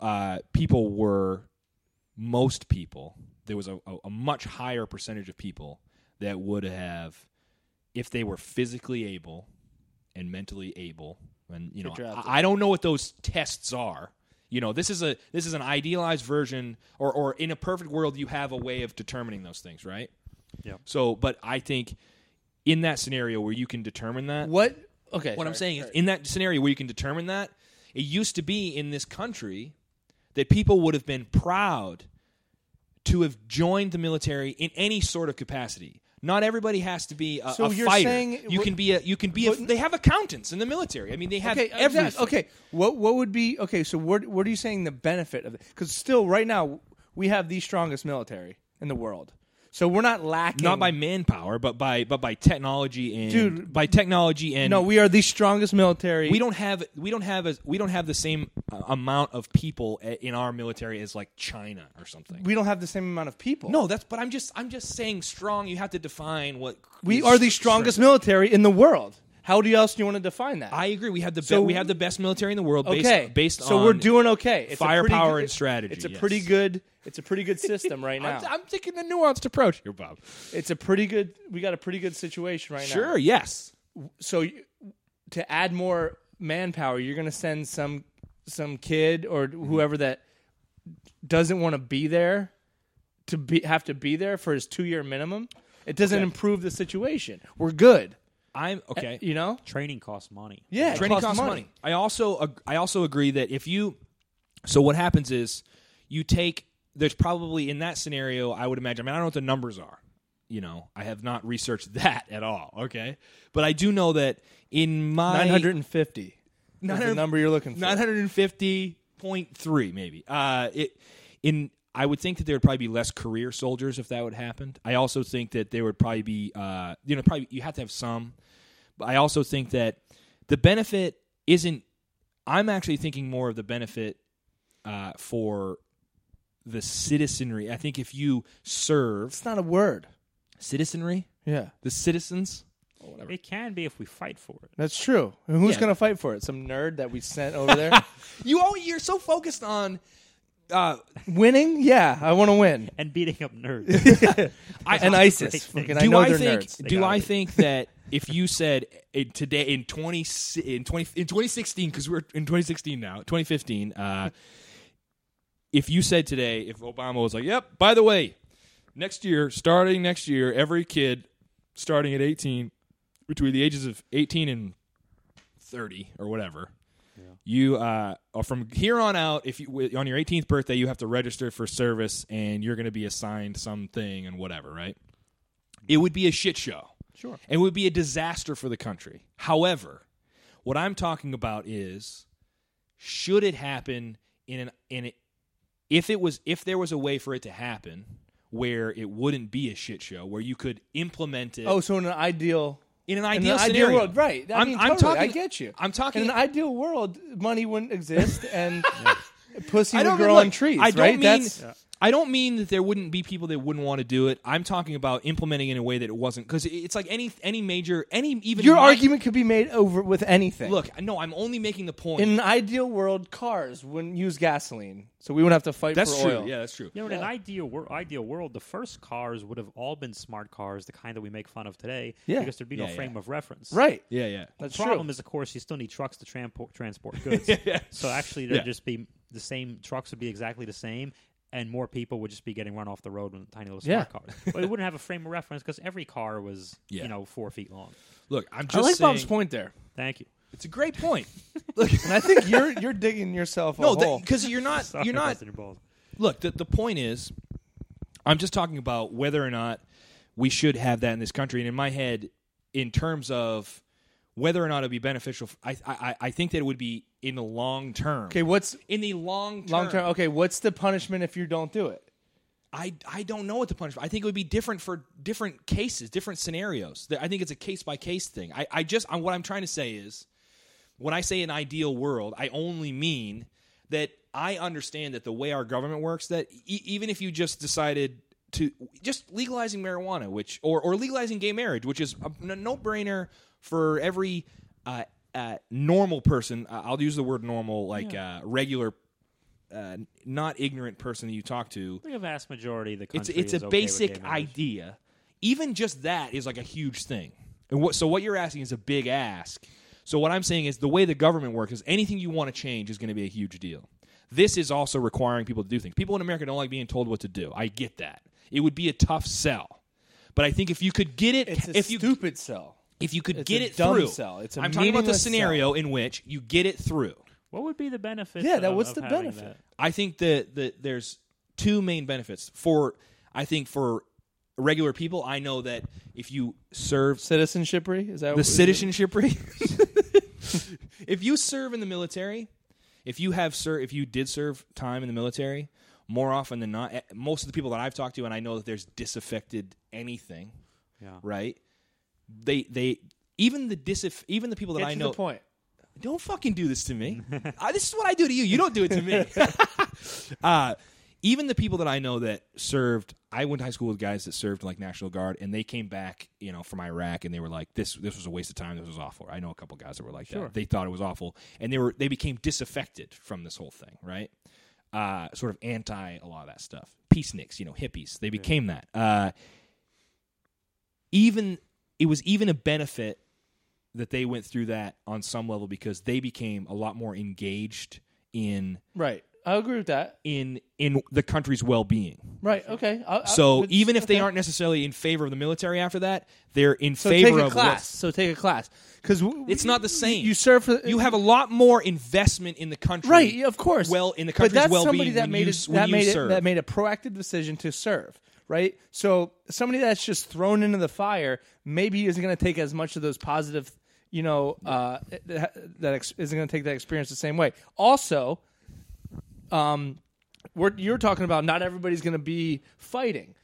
[SPEAKER 1] uh, people were, most people, there was a, a, a much higher percentage of people that would have, if they were physically able and mentally able, and you know,
[SPEAKER 3] drafted.
[SPEAKER 1] I, I don't know what those tests are. You know, this is a this is an idealized version, or or in a perfect world, you have a way of determining those things, right? So, but I think in that scenario where you can determine that,
[SPEAKER 3] What? Okay.
[SPEAKER 1] what I'm
[SPEAKER 3] sorry,
[SPEAKER 1] saying
[SPEAKER 3] sorry.
[SPEAKER 1] is in that scenario where you can determine that, it used to be in this country that people would have been proud to have joined the military in any sort of capacity. Not everybody has to be a,
[SPEAKER 3] So
[SPEAKER 1] a
[SPEAKER 3] you're
[SPEAKER 1] fighter.
[SPEAKER 3] saying-
[SPEAKER 1] you can be a. You can be a. They have accountants in the military. I mean, they have
[SPEAKER 3] Okay,
[SPEAKER 1] everything.
[SPEAKER 3] exact- okay. What what would be okay? So what what are you saying the benefit of it? Because still, right now, we have the strongest military in the world, so we're not lacking.
[SPEAKER 1] Not by manpower, but by but by technology and
[SPEAKER 3] Dude.
[SPEAKER 1] by technology and
[SPEAKER 3] no, we are the strongest military.
[SPEAKER 1] we don't have we don't have as we don't have the same uh, amount of people a- in our military as like China or something.
[SPEAKER 3] we don't have the same amount of people.
[SPEAKER 1] no, that's but I'm just I'm just saying strong. You have to define what
[SPEAKER 3] we
[SPEAKER 1] is
[SPEAKER 3] are the
[SPEAKER 1] str-
[SPEAKER 3] strongest
[SPEAKER 1] strength.
[SPEAKER 3] military in the world. How do you else do you want to define that?
[SPEAKER 1] I agree. We have the be-
[SPEAKER 3] So-
[SPEAKER 1] we have the best military in the world. Based,
[SPEAKER 3] okay,
[SPEAKER 1] based
[SPEAKER 3] so
[SPEAKER 1] on
[SPEAKER 3] we're doing okay. It's a pretty
[SPEAKER 1] firepower
[SPEAKER 3] good-
[SPEAKER 1] and strategy,
[SPEAKER 3] It's a
[SPEAKER 1] yes.
[SPEAKER 3] pretty good. It's a pretty good system right now.
[SPEAKER 1] I'm, I'm taking a nuanced approach here, Bob.
[SPEAKER 3] it's a pretty good. We got a pretty good situation right now.
[SPEAKER 1] Sure. Yes.
[SPEAKER 3] so you- to add more manpower, you're going to send some some kid or
[SPEAKER 1] Mm-hmm.
[SPEAKER 3] whoever that doesn't want to be there to be have to be there for his two year minimum. It doesn't improve the situation. We're good,
[SPEAKER 1] I'm okay.
[SPEAKER 3] you know.
[SPEAKER 4] Training costs money.
[SPEAKER 3] Yeah, it
[SPEAKER 1] Training costs, money. I also ag- I also agree that if you so what happens is you take there's probably in that scenario I would imagine I mean I don't know what the numbers are. You know, I have not researched that at all, okay? But I do know that in my
[SPEAKER 3] Nine hundred and fifty.
[SPEAKER 1] 900
[SPEAKER 3] the number you're looking for.
[SPEAKER 1] 950.3 maybe. Uh it in I would think that there would probably be less career soldiers if that would happen. I also think that there would probably be uh you know probably you have to have some but I also think that the benefit isn't. I'm actually thinking more of the benefit uh, for the citizenry. I think if you serve
[SPEAKER 3] It's not a word.
[SPEAKER 1] citizenry,
[SPEAKER 3] Yeah,
[SPEAKER 1] the citizens.
[SPEAKER 4] It can be if we fight for it.
[SPEAKER 3] that's true. And who's
[SPEAKER 1] Yeah.
[SPEAKER 3] going to fight for it? Some nerd that we sent over there
[SPEAKER 1] You all you're so focused on. Uh,
[SPEAKER 3] winning? Yeah, I want to win.
[SPEAKER 4] And beating up nerds.
[SPEAKER 1] I,
[SPEAKER 3] And
[SPEAKER 1] I-
[SPEAKER 3] ISIS,
[SPEAKER 4] thing.
[SPEAKER 3] fucking,
[SPEAKER 1] do
[SPEAKER 3] I know
[SPEAKER 1] I
[SPEAKER 3] they're
[SPEAKER 1] think?
[SPEAKER 3] nerds.
[SPEAKER 1] Do
[SPEAKER 4] gotta
[SPEAKER 1] I
[SPEAKER 4] be.
[SPEAKER 1] think that if you said in today in twenty si- in twenty in twenty sixteen because we're in twenty sixteen now twenty fifteen. Uh, if you said today, if Obama was like, "Yep, by the way, next year, starting next year, every kid starting at eighteen, between the ages of eighteen and thirty or whatever." You uh, are from here on out, if you wi- on your 18th birthday, you have to register for service, and you're going to be assigned something and whatever, right? it would be a shit show. Sure. It would be a disaster for the country. However, what I'm talking about is should it happen in an in a, if it was if there was a way for it to happen where it wouldn't be a shit show where you could implement it
[SPEAKER 3] Oh, so in an ideal
[SPEAKER 1] in an
[SPEAKER 3] in
[SPEAKER 1] ideal
[SPEAKER 3] an
[SPEAKER 1] scenario.
[SPEAKER 3] ideal world, right? I
[SPEAKER 1] I'm-
[SPEAKER 3] mean,
[SPEAKER 1] I'm
[SPEAKER 3] totally,
[SPEAKER 1] talking-
[SPEAKER 3] I get you.
[SPEAKER 1] I'm talking-
[SPEAKER 3] In an ideal world, money wouldn't exist and pussy
[SPEAKER 1] I
[SPEAKER 3] would
[SPEAKER 1] don't
[SPEAKER 3] grow
[SPEAKER 1] mean,
[SPEAKER 3] on
[SPEAKER 1] like-
[SPEAKER 3] trees.
[SPEAKER 1] I don't
[SPEAKER 3] right?
[SPEAKER 1] mean
[SPEAKER 3] That's
[SPEAKER 1] I don't mean that there wouldn't be people that wouldn't want to do it. I'm talking about implementing it in a way that it wasn't because it's like any any major any even
[SPEAKER 3] your
[SPEAKER 1] mi-
[SPEAKER 3] argument could be made over with anything.
[SPEAKER 1] Look, no, I'm only making the point.
[SPEAKER 3] in an ideal world, cars wouldn't use gasoline, so we wouldn't have to fight
[SPEAKER 1] that's
[SPEAKER 3] for
[SPEAKER 1] true.
[SPEAKER 3] oil.
[SPEAKER 1] Yeah, that's true.
[SPEAKER 4] you know, in an ideal wor- ideal world, the first cars would have all been smart cars, the kind that we make fun of today,
[SPEAKER 3] Yeah.
[SPEAKER 4] because there'd be
[SPEAKER 1] Yeah,
[SPEAKER 4] no
[SPEAKER 1] yeah.
[SPEAKER 4] frame of reference.
[SPEAKER 3] Right.
[SPEAKER 1] Yeah, yeah.
[SPEAKER 3] That's
[SPEAKER 4] the problem
[SPEAKER 3] true.
[SPEAKER 4] is, of course, you still need trucks to transport transport goods. So actually, there'd
[SPEAKER 1] Yeah.
[SPEAKER 4] just be the same trucks would be exactly the same, and more people would just be getting run off the road with tiny little
[SPEAKER 3] Yeah.
[SPEAKER 4] smart cars. but we wouldn't have a frame of reference because every car was,
[SPEAKER 1] Yeah.
[SPEAKER 4] you know, four feet long.
[SPEAKER 1] Look, I'm
[SPEAKER 3] I
[SPEAKER 1] just
[SPEAKER 3] like
[SPEAKER 1] saying,
[SPEAKER 3] Bob's point there,
[SPEAKER 4] Thank you.
[SPEAKER 1] It's a great point. Look,
[SPEAKER 3] and I think you're you're digging yourself a
[SPEAKER 1] no,
[SPEAKER 3] hole.
[SPEAKER 1] because you're not.
[SPEAKER 4] Sorry,
[SPEAKER 1] you're
[SPEAKER 4] I
[SPEAKER 1] not.
[SPEAKER 4] busted your balls.
[SPEAKER 1] Look, the, the point is, I'm just talking about whether or not we should have that in this country. And in my head, in terms of whether or not it would be beneficial, I, I, I- I think that it would be in the long term.
[SPEAKER 3] okay, what's
[SPEAKER 1] In the long term,
[SPEAKER 3] long term? Okay, what's the punishment if you don't do it?
[SPEAKER 1] I, I don't know what the punishment. I think it would be different for different cases, different scenarios. That- I think it's a case by case thing. I, I just I'm, what I'm trying to say is, when I say an ideal world, I only mean that I understand that the way our government works, that e- even if you just decided to just legalizing marijuana, which or or legalizing gay marriage, which is a no brainer for every uh, uh, normal person. Uh, I'll use the word normal, like uh, regular. Uh, not ignorant person that you talk to,
[SPEAKER 4] I think a vast majority of the
[SPEAKER 1] it's
[SPEAKER 4] country
[SPEAKER 1] it's
[SPEAKER 4] is
[SPEAKER 1] a
[SPEAKER 4] okay with gay
[SPEAKER 1] basic
[SPEAKER 4] marriage.
[SPEAKER 1] idea. Even just that is like a huge thing. And what, so what you're asking is a big ask. So what I'm saying is the way the government works is anything you want to change is going to be a huge deal. This is also requiring people to do things. People in America don't like being told what to do. I get that. It would be a tough sell. But I think if you could get it,
[SPEAKER 3] It's a
[SPEAKER 1] if you
[SPEAKER 3] stupid cell.
[SPEAKER 1] if you could
[SPEAKER 3] it's
[SPEAKER 1] get
[SPEAKER 3] a
[SPEAKER 1] it
[SPEAKER 3] dumb
[SPEAKER 1] through,
[SPEAKER 3] sell. It's a
[SPEAKER 1] I'm talking about the
[SPEAKER 3] meaningless sell.
[SPEAKER 1] scenario in which you get it through.
[SPEAKER 4] What would be the benefit?
[SPEAKER 3] Yeah, that-
[SPEAKER 4] of-
[SPEAKER 3] what's
[SPEAKER 4] of
[SPEAKER 3] the
[SPEAKER 4] having
[SPEAKER 3] benefit?
[SPEAKER 4] that?
[SPEAKER 1] I think that that there's two main benefits for I think for regular people. I know that if you serve
[SPEAKER 3] Citizenship is that
[SPEAKER 1] the citizenship rate, if you serve in the military, if you have sir, if you did serve time in the military, more often than not, eh, most of the people that I've talked to, and I know that there's disaffected anything,
[SPEAKER 4] Yeah.
[SPEAKER 1] right? They they even the disaff- even the people that
[SPEAKER 3] Get
[SPEAKER 1] I
[SPEAKER 3] to
[SPEAKER 1] know
[SPEAKER 3] the point.
[SPEAKER 1] don't fucking do this to me. I, this is what I do to you. You don't do it to me. uh, even the people that I know that served, I went to high school with guys that served like National Guard, and they came back, you know, from Iraq, and they were like, "This, this was a waste of time. This was awful." I know a couple guys that were like that. They thought it was awful, and they were they became disaffected from this whole thing, right? Uh, sort of anti a lot of that stuff. Peaceniks, you know, hippies. They became that. Uh, even it was even a benefit that they went through that on some level because they became a lot more engaged in
[SPEAKER 3] Right, I agree with that.
[SPEAKER 1] in in the country's well-being.
[SPEAKER 3] Right, okay. I, I-
[SPEAKER 1] So
[SPEAKER 3] it's-
[SPEAKER 1] even if they
[SPEAKER 3] Uh, okay.
[SPEAKER 1] aren't necessarily in favor of the military after that, they're in
[SPEAKER 3] so
[SPEAKER 1] favor
[SPEAKER 3] take a
[SPEAKER 1] of
[SPEAKER 3] class. So take a class because
[SPEAKER 1] It's not the same.
[SPEAKER 3] You serve. For,
[SPEAKER 1] What, you have a lot more investment in the country.
[SPEAKER 3] Right, yeah, of course.
[SPEAKER 1] Well, in the
[SPEAKER 3] But
[SPEAKER 1] country's
[SPEAKER 3] that's
[SPEAKER 1] well-being
[SPEAKER 3] somebody that
[SPEAKER 1] when
[SPEAKER 3] made
[SPEAKER 1] you
[SPEAKER 3] a,
[SPEAKER 1] s- when
[SPEAKER 3] that
[SPEAKER 1] you
[SPEAKER 3] made
[SPEAKER 1] serve.
[SPEAKER 3] It, that made a proactive decision to serve. Right, so somebody that's just thrown into the fire maybe isn't going to take as much of those positive, you know, uh, that that ex- isn't going to take that experience the same way. Also, um, we're, you're talking about not everybody's going to be fighting.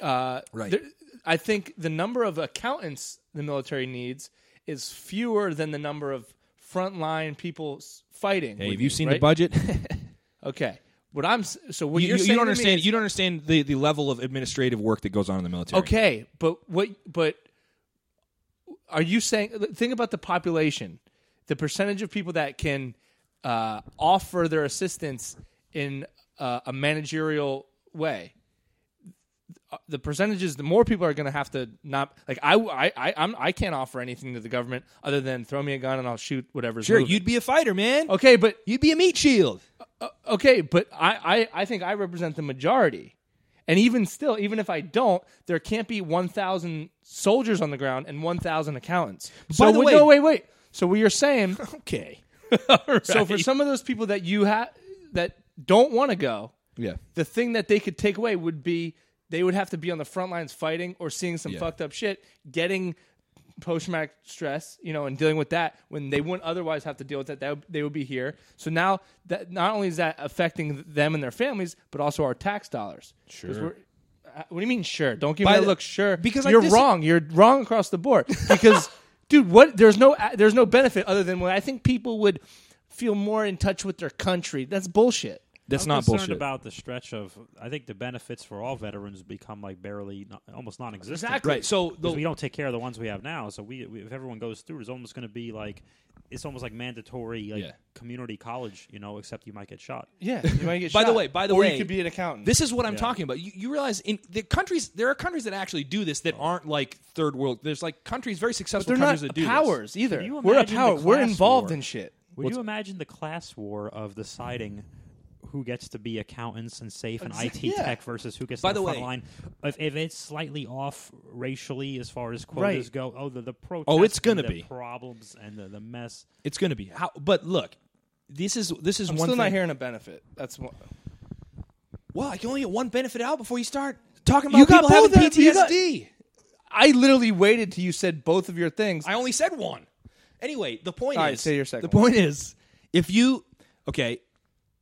[SPEAKER 3] Uh,
[SPEAKER 1] Right.
[SPEAKER 3] there- I think the number of accountants the military needs is fewer than the number of frontline people s- fighting.
[SPEAKER 1] Hey,
[SPEAKER 3] with
[SPEAKER 1] have you seen the
[SPEAKER 3] right?
[SPEAKER 1] budget?
[SPEAKER 3] Okay. What I'm s- so what
[SPEAKER 1] you,
[SPEAKER 3] are
[SPEAKER 1] you- you
[SPEAKER 3] saying
[SPEAKER 1] don't
[SPEAKER 3] to me
[SPEAKER 1] understand.
[SPEAKER 3] is-
[SPEAKER 1] You don't understand the, the level of administrative work that goes on in the military.
[SPEAKER 3] okay, but what? But are you saying? Think about the population, the percentage of people that can uh, offer their assistance in uh, a managerial way. uh, The percentages, the more people are going to have to not like I, I, I, I'm, I can't offer anything to the government other than throw me a gun and I'll shoot whatever's
[SPEAKER 1] sure,
[SPEAKER 3] moving.
[SPEAKER 1] you'd be a fighter, man.
[SPEAKER 3] okay, but
[SPEAKER 1] You'd be a meat shield.
[SPEAKER 3] okay, but I, I, I think I represent the majority. And even still, even if I don't, there can't be 1,000 soldiers on the ground and 1,000 accountants. So
[SPEAKER 1] By the
[SPEAKER 3] wait-
[SPEAKER 1] way-
[SPEAKER 3] no, wait, wait. So what you're saying?
[SPEAKER 1] Okay.
[SPEAKER 3] So for some of those people that you have that don't want to go,
[SPEAKER 1] Yeah.
[SPEAKER 3] the thing that they could take away would be they would have to be on the front lines fighting or seeing some
[SPEAKER 1] Yeah.
[SPEAKER 3] fucked up shit, getting post traumatic stress, you know, and dealing with that when they wouldn't otherwise have to deal with that. That would- they would be here. So now that not only is that affecting them and their families, but also our tax dollars. 'Cause
[SPEAKER 1] Sure.
[SPEAKER 3] we're- uh, What do you mean, sure? Don't give
[SPEAKER 1] By
[SPEAKER 3] me a
[SPEAKER 1] the-
[SPEAKER 3] look, sure.
[SPEAKER 1] because I
[SPEAKER 3] you're
[SPEAKER 1] dis-
[SPEAKER 3] wrong. You're wrong across the board. Because, dude, what? There's no uh, there's no benefit other than what I think people would feel more in touch with their country. That's bullshit.
[SPEAKER 1] That's
[SPEAKER 4] I'm
[SPEAKER 1] not
[SPEAKER 4] concerned
[SPEAKER 1] bullshit.
[SPEAKER 4] about the stretch of. I think the benefits for all veterans become like barely, no- almost non-existent.
[SPEAKER 3] Exactly.
[SPEAKER 1] right. So the,
[SPEAKER 4] Because we don't take care of the ones we have now, so we, we if everyone goes through, it's almost going to be like it's almost like mandatory like
[SPEAKER 1] Yeah.
[SPEAKER 4] community college, you know, except you might get shot.
[SPEAKER 3] Yeah, you might get
[SPEAKER 1] By the
[SPEAKER 3] shot.
[SPEAKER 1] way- by the
[SPEAKER 3] or
[SPEAKER 1] way,
[SPEAKER 3] you could be an accountant.
[SPEAKER 1] This is what I'm talking about. You, you realize in the countries, there are countries that actually do this that aren't like third world. There's like countries, very successful
[SPEAKER 3] Oh. they're
[SPEAKER 1] countries
[SPEAKER 3] not
[SPEAKER 1] that do
[SPEAKER 3] powers either.
[SPEAKER 4] Can you
[SPEAKER 3] We're a
[SPEAKER 4] imagine the
[SPEAKER 3] power. We're
[SPEAKER 4] class
[SPEAKER 3] involved
[SPEAKER 4] war?
[SPEAKER 3] in shit.
[SPEAKER 4] Would you imagine the class war of deciding who gets to be accountants and safe and IT
[SPEAKER 2] yeah.
[SPEAKER 4] tech versus who gets
[SPEAKER 1] By
[SPEAKER 4] to the,
[SPEAKER 1] the
[SPEAKER 4] front
[SPEAKER 1] way-
[SPEAKER 4] line. If, if it's slightly off racially as far as quotas
[SPEAKER 3] Right.
[SPEAKER 4] go, oh the the protests
[SPEAKER 1] Oh, it's
[SPEAKER 4] and
[SPEAKER 1] gonna
[SPEAKER 4] the
[SPEAKER 1] be.
[SPEAKER 4] problems and the, the mess.
[SPEAKER 1] It's going to be. How, but look, this is this is
[SPEAKER 3] I'm
[SPEAKER 1] one
[SPEAKER 3] still not
[SPEAKER 1] thing.
[SPEAKER 3] hearing a benefit. That's what.
[SPEAKER 1] Well, I can only get one benefit out before you start talking about
[SPEAKER 2] You got
[SPEAKER 1] people having
[SPEAKER 2] both of- you got-
[SPEAKER 1] PTSD.
[SPEAKER 3] I literally waited till you said both of your things.
[SPEAKER 1] I only said one. Anyway, the point
[SPEAKER 3] All
[SPEAKER 1] is
[SPEAKER 3] right, say your second
[SPEAKER 1] The point is if you okay,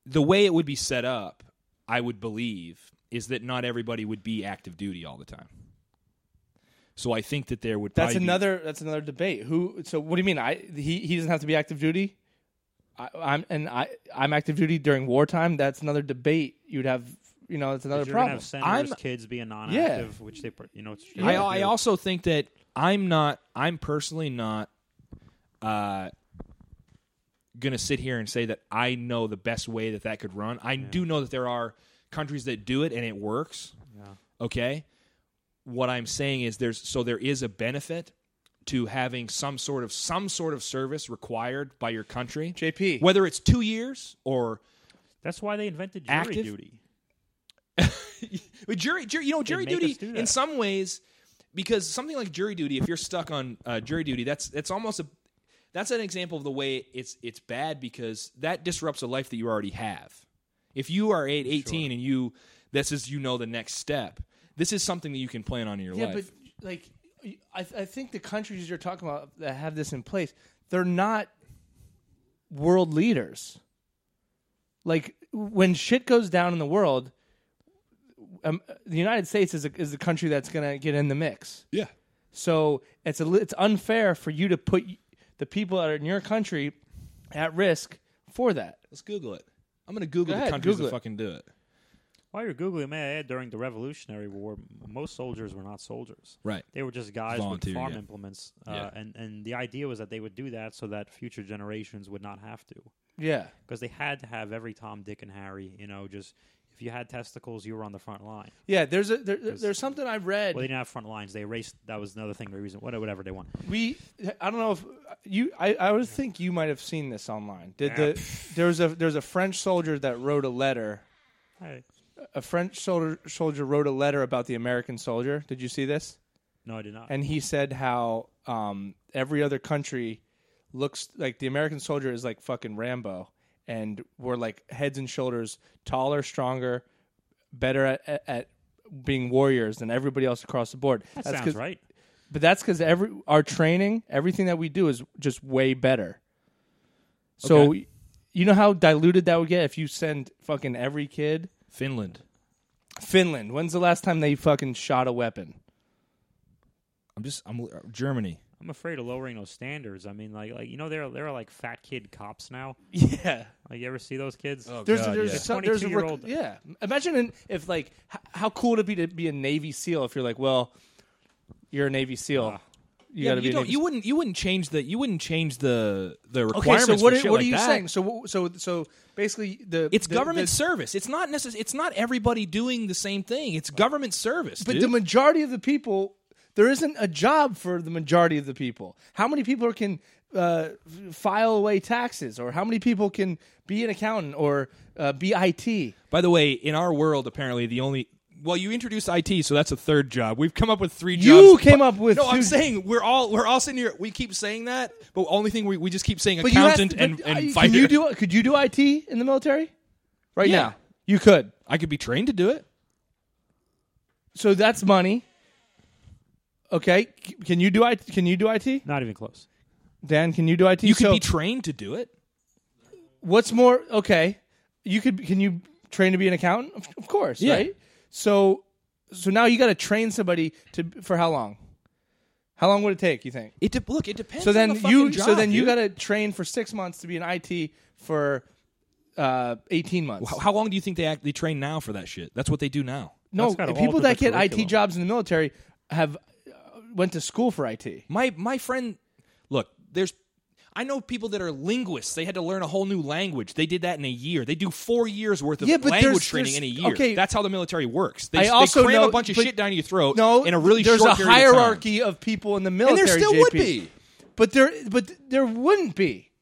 [SPEAKER 1] the way it would be set up, I would believe is that not everybody would be active duty all the time. So I think that there would
[SPEAKER 3] that's
[SPEAKER 1] probably be-
[SPEAKER 3] another. That's another debate. Who? So what do you mean? I he he doesn't have to be active duty. I, I'm and I I'm active duty during wartime. That's another debate. You'd have. You know, that's another
[SPEAKER 4] You're gonna
[SPEAKER 3] problem.
[SPEAKER 4] have senators'
[SPEAKER 1] I'm-
[SPEAKER 4] kids being non-active, which they pr- you know it's
[SPEAKER 1] I, I also think that I'm not. I'm personally not uh, gonna sit here and say that I know the best way that that could run. I do know that there are countries that do it and it works. Okay. What I'm saying is there's so there is a benefit to having some sort of some sort of service required by your country.
[SPEAKER 3] JP.
[SPEAKER 1] Whether it's two years or
[SPEAKER 4] That's why they invented jury
[SPEAKER 1] Active?
[SPEAKER 4] duty.
[SPEAKER 1] But jury, jury, you know, jury
[SPEAKER 4] make
[SPEAKER 1] duty
[SPEAKER 4] us do that.
[SPEAKER 1] in some ways, because something like jury duty, if you're stuck on uh, jury duty, that's that's almost a that's an example of the way it's it's bad because that disrupts a life that you already have. If you are eight, 18 and you this is you know the next step, this is something that you can plan on in your
[SPEAKER 3] Yeah,
[SPEAKER 1] life.
[SPEAKER 3] but like, I, I think the countries you're talking about that have this in place, they're not world leaders. Like when shit goes down in the world, um, the United States is a, is the country that's gonna get in the mix.
[SPEAKER 1] yeah,
[SPEAKER 3] So it's a, li- it's unfair for you to put y- the people that are in your country at risk for that.
[SPEAKER 1] let's Google it. I'm gonna Google
[SPEAKER 3] Go
[SPEAKER 1] the
[SPEAKER 3] ahead,
[SPEAKER 1] countries that
[SPEAKER 3] Google it.
[SPEAKER 1] fucking do it.
[SPEAKER 4] While you're googling, may I add, during the Revolutionary War, m- most soldiers were not soldiers.
[SPEAKER 1] Right.
[SPEAKER 4] They were just guys
[SPEAKER 1] Volunteer,
[SPEAKER 4] with farm
[SPEAKER 1] yeah.
[SPEAKER 4] implements, uh,
[SPEAKER 1] Yeah.
[SPEAKER 4] and and the idea was that they would do that so that future generations would not have to,
[SPEAKER 3] Yeah,
[SPEAKER 4] because they had to have every Tom, Dick, and Harry. You know, just if you had testicles, you were on the front line.
[SPEAKER 3] yeah. There's a there, there's something I've read.
[SPEAKER 4] Well, they didn't have front lines. They erased. That was another thing. The reason, whatever, whatever they want.
[SPEAKER 3] We, I don't know if you. I, I would think you might have seen this online. Did the there's a there's a French soldier that wrote a letter. A French soldier soldier wrote a letter about the American soldier. Did you see this?
[SPEAKER 4] No, I did not.
[SPEAKER 3] And he said how um, every other country looks like the American soldier is like fucking Rambo, and we're like heads and shoulders taller, stronger, better at, at, at being warriors than everybody else across the board.
[SPEAKER 4] that
[SPEAKER 3] That's 'cause-
[SPEAKER 4] sounds right.
[SPEAKER 3] but that's because every our training, everything that we do is just way better. So, you know how diluted that would get if you send fucking every kid.
[SPEAKER 1] Finland.
[SPEAKER 3] Finland. When's the last time they fucking shot a weapon?
[SPEAKER 1] I'm just I'm uh, Germany.
[SPEAKER 4] I'm afraid of lowering those standards. I mean, like, like you know, there are, there are like fat kid cops now.
[SPEAKER 3] Yeah,
[SPEAKER 4] Like, you ever see those kids?
[SPEAKER 3] Oh, there's
[SPEAKER 1] Oh, God,
[SPEAKER 3] a, there's
[SPEAKER 1] yeah.
[SPEAKER 3] some, there's a rec-
[SPEAKER 4] 22-year-old.
[SPEAKER 3] yeah. Imagine an, if like h- how cool would it be to be a Navy SEAL if you're like, well, you're a Navy SEAL. you
[SPEAKER 1] Yeah,
[SPEAKER 3] got to
[SPEAKER 1] but
[SPEAKER 3] be.
[SPEAKER 1] you,
[SPEAKER 3] a
[SPEAKER 1] don't,
[SPEAKER 3] Navy
[SPEAKER 1] you wouldn't you wouldn't change the you wouldn't change the the
[SPEAKER 3] SEAL. okay,
[SPEAKER 1] requirements.
[SPEAKER 3] so what,
[SPEAKER 1] for
[SPEAKER 3] are-
[SPEAKER 1] shit
[SPEAKER 3] what
[SPEAKER 1] like
[SPEAKER 3] are you
[SPEAKER 1] that.
[SPEAKER 3] saying? So w- so so basically the
[SPEAKER 1] It's
[SPEAKER 3] the-
[SPEAKER 1] government
[SPEAKER 3] the-
[SPEAKER 1] service. It's not necess- It's not everybody doing the same thing. It's government service.
[SPEAKER 3] But
[SPEAKER 1] dude.
[SPEAKER 3] the majority of the people, there isn't a job for the majority of the people. How many people can uh, f- file away taxes, or how many people can be an accountant or uh, be IT?
[SPEAKER 1] By the way, in our world, apparently the only well, you introduced IT, so that's a third job. We've come up with three jobs.
[SPEAKER 3] You came up with
[SPEAKER 1] no. I'm
[SPEAKER 3] two-
[SPEAKER 1] saying we're all we're all sitting here. We keep saying that, but only thing we, we just keep saying
[SPEAKER 3] you have-
[SPEAKER 1] accountant and
[SPEAKER 3] but, uh,
[SPEAKER 1] and
[SPEAKER 3] can
[SPEAKER 1] fighter.
[SPEAKER 3] you do could you do IT in the military right
[SPEAKER 1] Yeah.
[SPEAKER 3] now? You could.
[SPEAKER 1] I could be trained to do it.
[SPEAKER 3] So that's money. Okay, C- can you do IT? Can you do IT?
[SPEAKER 4] Not even close.
[SPEAKER 3] Dan, can you do IT?
[SPEAKER 1] You could
[SPEAKER 3] So
[SPEAKER 1] be trained to do it.
[SPEAKER 3] what's more okay you could can you train to be an accountant of, of course
[SPEAKER 1] Yeah.
[SPEAKER 3] right so so now you got to train somebody to for how long how long would it take you think
[SPEAKER 1] It de- look. It depends.
[SPEAKER 3] so
[SPEAKER 1] on
[SPEAKER 3] then
[SPEAKER 1] the
[SPEAKER 3] you
[SPEAKER 1] fucking
[SPEAKER 3] so
[SPEAKER 1] job,
[SPEAKER 3] then you
[SPEAKER 1] dude.
[SPEAKER 3] got to train for six months to be an it for uh 18 months
[SPEAKER 1] How- How long do you think they act, they train now for that shit? That's what they do now.
[SPEAKER 3] no
[SPEAKER 4] That's gotta
[SPEAKER 3] people
[SPEAKER 4] alter
[SPEAKER 3] that
[SPEAKER 4] the
[SPEAKER 3] get it
[SPEAKER 4] curriculum.
[SPEAKER 3] jobs in the military have uh, went to school for it
[SPEAKER 1] My my friend, look, there's I know people that are linguists. They had to learn a whole new language. They did that in a year. They do four years worth of
[SPEAKER 3] Yeah, but
[SPEAKER 1] language
[SPEAKER 3] there's-
[SPEAKER 1] training in a
[SPEAKER 3] there's-
[SPEAKER 1] year.
[SPEAKER 3] okay.
[SPEAKER 1] that's how the military works. They,
[SPEAKER 3] I
[SPEAKER 1] they
[SPEAKER 3] also
[SPEAKER 1] cram
[SPEAKER 3] know-
[SPEAKER 1] a bunch of
[SPEAKER 3] but-
[SPEAKER 1] shit down your throat.
[SPEAKER 3] no
[SPEAKER 1] in a really
[SPEAKER 3] there's
[SPEAKER 1] short
[SPEAKER 3] a
[SPEAKER 1] period of time.
[SPEAKER 3] hierarchy of, people in the military
[SPEAKER 1] and there still would
[SPEAKER 3] JP.
[SPEAKER 1] be.
[SPEAKER 3] but there but there wouldn't be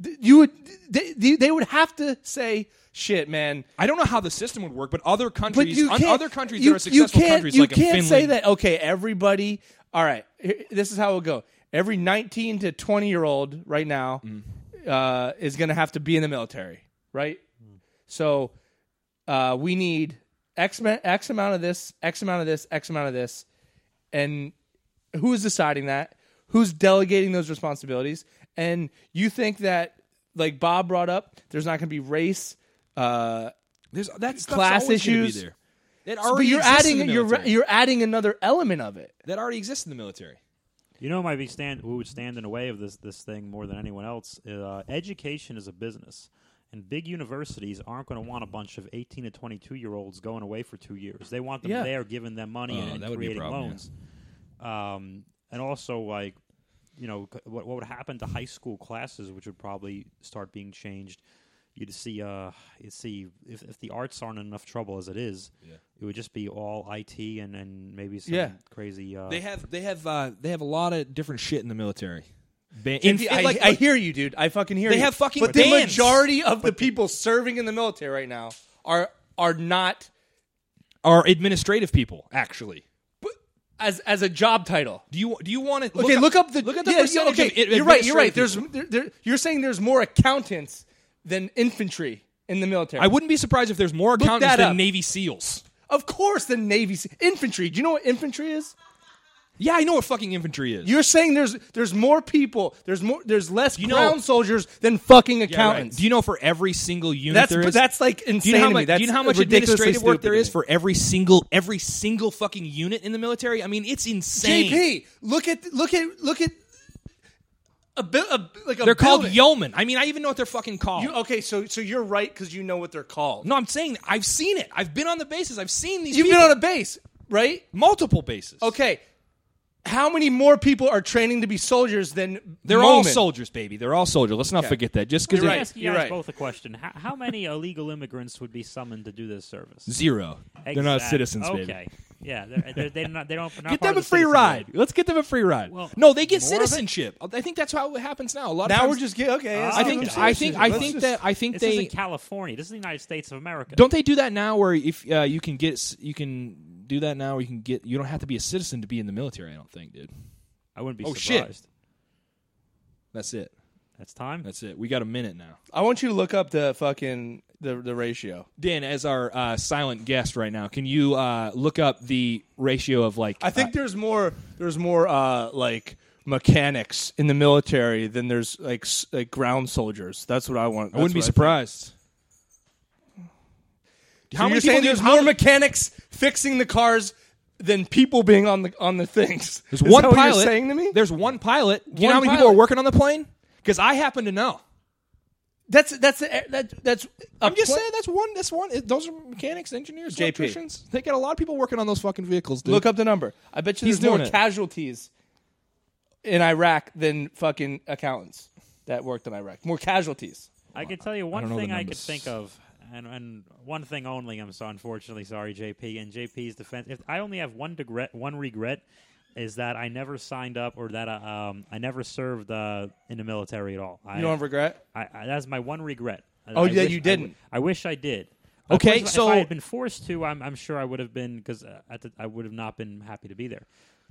[SPEAKER 3] Th- You would they, they- they would have to say shit, man.
[SPEAKER 1] I don't know how the system would work, but other countries,
[SPEAKER 3] But you
[SPEAKER 1] un-
[SPEAKER 3] can't,
[SPEAKER 1] other countries
[SPEAKER 3] you,
[SPEAKER 1] that are successful
[SPEAKER 3] you can't,
[SPEAKER 1] countries
[SPEAKER 3] you
[SPEAKER 1] like a
[SPEAKER 3] can't
[SPEAKER 1] Finland.
[SPEAKER 3] say that. Okay, everybody. All right, here- this is how it'll go. Every 19 to 20 year old right now
[SPEAKER 1] Mm.
[SPEAKER 3] uh, is going to have to be in the military, right?
[SPEAKER 1] Mm.
[SPEAKER 3] So uh, we need X, ma- X amount of this, X amount of this, X amount of this, and who's deciding that? Who's delegating those responsibilities? And you think that, like Bob brought up, there's not going to be race. Uh,
[SPEAKER 1] There's that stuff's
[SPEAKER 3] class
[SPEAKER 1] always gonna
[SPEAKER 3] issues.
[SPEAKER 1] Be there. That
[SPEAKER 3] but
[SPEAKER 1] already
[SPEAKER 3] you're
[SPEAKER 1] exists in
[SPEAKER 3] adding
[SPEAKER 1] the
[SPEAKER 3] you're
[SPEAKER 1] military.
[SPEAKER 3] you're adding another element of it.
[SPEAKER 1] that already exists in the military.
[SPEAKER 4] You know, what might be stand who would stand in the way of this this thing more than anyone else. Uh, education is a business, and big universities aren't going to want a bunch of eighteen to twenty two year olds going away for two years. They want them
[SPEAKER 3] Yeah.
[SPEAKER 4] there, giving them money
[SPEAKER 1] Oh,
[SPEAKER 4] and,
[SPEAKER 1] that
[SPEAKER 4] and
[SPEAKER 1] would be a
[SPEAKER 4] creating
[SPEAKER 1] problem, yeah.
[SPEAKER 4] loans. Um, and also, like you know, c- what what would happen to high school classes, which would probably start being changed. You'd see, uh, you'd see if, if the arts aren't in enough trouble as it is, it would just be all IT and, and maybe some
[SPEAKER 3] Yeah.
[SPEAKER 4] crazy. Uh,
[SPEAKER 1] They have they have uh, they have a lot of different shit in the military. Ban-
[SPEAKER 3] And
[SPEAKER 1] in-
[SPEAKER 3] I,
[SPEAKER 1] like-
[SPEAKER 3] I hear you, dude. I fucking hear
[SPEAKER 1] They
[SPEAKER 3] you.
[SPEAKER 1] have fucking
[SPEAKER 3] But the
[SPEAKER 1] bands.
[SPEAKER 3] majority of the people serving in the military right now are are not
[SPEAKER 1] are administrative people actually.
[SPEAKER 3] as as a job title.
[SPEAKER 1] Do you do you want to
[SPEAKER 3] Okay, look up, the
[SPEAKER 1] look at the
[SPEAKER 3] yeah, yeah,
[SPEAKER 1] percentage
[SPEAKER 3] okay,
[SPEAKER 1] of ad-
[SPEAKER 3] you're right. You're right. There's
[SPEAKER 1] administrative people.
[SPEAKER 3] there, there, you're saying there's more accountants than infantry in the military.
[SPEAKER 1] I wouldn't be surprised if there's more accountants
[SPEAKER 3] that
[SPEAKER 1] than
[SPEAKER 3] up.
[SPEAKER 1] Navy SEALs.
[SPEAKER 3] of course, the Navy s- infantry. Do you know what infantry is?
[SPEAKER 1] Yeah, I know what fucking infantry is.
[SPEAKER 3] You're saying there's there's more people. There's more. There's less
[SPEAKER 1] You know-
[SPEAKER 3] ground soldiers than fucking
[SPEAKER 1] Yeah, right.
[SPEAKER 3] accountants.
[SPEAKER 1] Do you know for every single unit
[SPEAKER 3] That's
[SPEAKER 1] there
[SPEAKER 3] but
[SPEAKER 1] is?
[SPEAKER 3] that's like
[SPEAKER 1] do
[SPEAKER 3] insane.
[SPEAKER 1] you know how
[SPEAKER 3] to me.
[SPEAKER 1] much,
[SPEAKER 3] That's
[SPEAKER 1] do you know how much
[SPEAKER 3] ridiculously
[SPEAKER 1] administrative work
[SPEAKER 3] stupid
[SPEAKER 1] there
[SPEAKER 3] to
[SPEAKER 1] is
[SPEAKER 3] me.
[SPEAKER 1] for every single every single fucking unit in the military? I mean, it's insane.
[SPEAKER 3] JP? Look at look at look at a bit like a
[SPEAKER 1] They're called
[SPEAKER 3] building.
[SPEAKER 1] yeomen. I mean, I even know what they're fucking called.
[SPEAKER 3] You- okay, so so you're right because you know what they're called.
[SPEAKER 1] no, I'm saying I've seen it. I've been on the bases. I've seen these.
[SPEAKER 3] You've
[SPEAKER 1] people.
[SPEAKER 3] been on a base, right?
[SPEAKER 1] multiple bases.
[SPEAKER 3] Okay. How many more people are training to be soldiers than
[SPEAKER 1] They're all
[SPEAKER 3] moment?
[SPEAKER 1] soldiers, baby. They're all soldiers. Let's not forget that. Just because
[SPEAKER 3] You're
[SPEAKER 4] Let me
[SPEAKER 3] right.
[SPEAKER 4] ask you guys both a question. How, how many illegal immigrants would be summoned to do this service?
[SPEAKER 1] zero, they're not
[SPEAKER 4] Exact-
[SPEAKER 1] citizens,
[SPEAKER 4] okay.
[SPEAKER 1] baby.
[SPEAKER 4] Yeah, they're, they're, they're not, they don't. they're not
[SPEAKER 1] Get
[SPEAKER 4] part
[SPEAKER 1] them a
[SPEAKER 4] of the
[SPEAKER 1] free
[SPEAKER 4] citizenry.
[SPEAKER 1] ride. Let's get them a free ride.
[SPEAKER 4] Well,
[SPEAKER 1] no, they get
[SPEAKER 4] more of it?
[SPEAKER 1] citizenship. I think that's how it happens now. A lot of
[SPEAKER 3] Now
[SPEAKER 1] times,
[SPEAKER 3] we're just getting okay. that's
[SPEAKER 1] I
[SPEAKER 4] Oh,
[SPEAKER 3] what
[SPEAKER 1] think.
[SPEAKER 3] I'm
[SPEAKER 1] I
[SPEAKER 3] saying.
[SPEAKER 1] think. I
[SPEAKER 3] Let's
[SPEAKER 1] think
[SPEAKER 3] just-
[SPEAKER 1] that. I think
[SPEAKER 4] This
[SPEAKER 1] they.
[SPEAKER 4] isn't California. This is the United States of America.
[SPEAKER 1] Don't they do that now? Where if uh, you can get, s- you can do that now. Where you can get. You don't have to be a citizen to be in the military. I don't think, dude.
[SPEAKER 4] I wouldn't be
[SPEAKER 1] Oh, shit.
[SPEAKER 4] surprised.
[SPEAKER 1] That's it.
[SPEAKER 4] That's time.
[SPEAKER 1] That's it. We got a minute now.
[SPEAKER 3] I want you to look up the fucking the the ratio.
[SPEAKER 1] Dan, as our uh, silent guest right now, can you uh, look up the ratio of like?
[SPEAKER 3] I think there's more there's more uh, like mechanics in the military than there's like s- like ground soldiers. That's what I want.
[SPEAKER 1] I wouldn't be surprised.
[SPEAKER 3] How many people there's more mechanics fixing the cars than people being on the on the things?
[SPEAKER 1] There's one
[SPEAKER 3] that what
[SPEAKER 1] pilot.
[SPEAKER 3] you're saying to me?
[SPEAKER 1] There's one pilot. Do you know
[SPEAKER 3] One
[SPEAKER 1] how many people are
[SPEAKER 3] pilot.
[SPEAKER 1] working on the plane? Because I happen to know.
[SPEAKER 3] that's that's uh, that, that's
[SPEAKER 1] I'm just saying that's one. That's one. it- those are mechanics, engineers,
[SPEAKER 3] JP.
[SPEAKER 1] electricians. They got a lot of people working on those fucking vehicles. Dude.
[SPEAKER 3] Look up the number. I bet you
[SPEAKER 1] He's
[SPEAKER 3] there's more
[SPEAKER 1] doing it.
[SPEAKER 3] casualties in Iraq than fucking accountants that worked in Iraq. More casualties.
[SPEAKER 4] I could tell you
[SPEAKER 1] don't
[SPEAKER 4] one
[SPEAKER 1] know the
[SPEAKER 4] thing I could
[SPEAKER 1] numbers.
[SPEAKER 4] think of, and, and one thing only. I'm so unfortunately sorry, JP. And JP's defense. If I only have one regret, one regret is that I never signed up or that I, um, I never served uh, in the military at all. I,
[SPEAKER 3] You don't have regret.
[SPEAKER 4] I, I, that's my one regret. I
[SPEAKER 3] Oh, yeah,
[SPEAKER 4] wish- I
[SPEAKER 3] you
[SPEAKER 4] w-
[SPEAKER 3] didn't.
[SPEAKER 4] I, wish I did.
[SPEAKER 1] Okay,
[SPEAKER 4] Of course, if I-
[SPEAKER 1] so-
[SPEAKER 4] if I had been forced to, I'm, I'm sure I would have been because uh, at the- I would have not been happy to be there,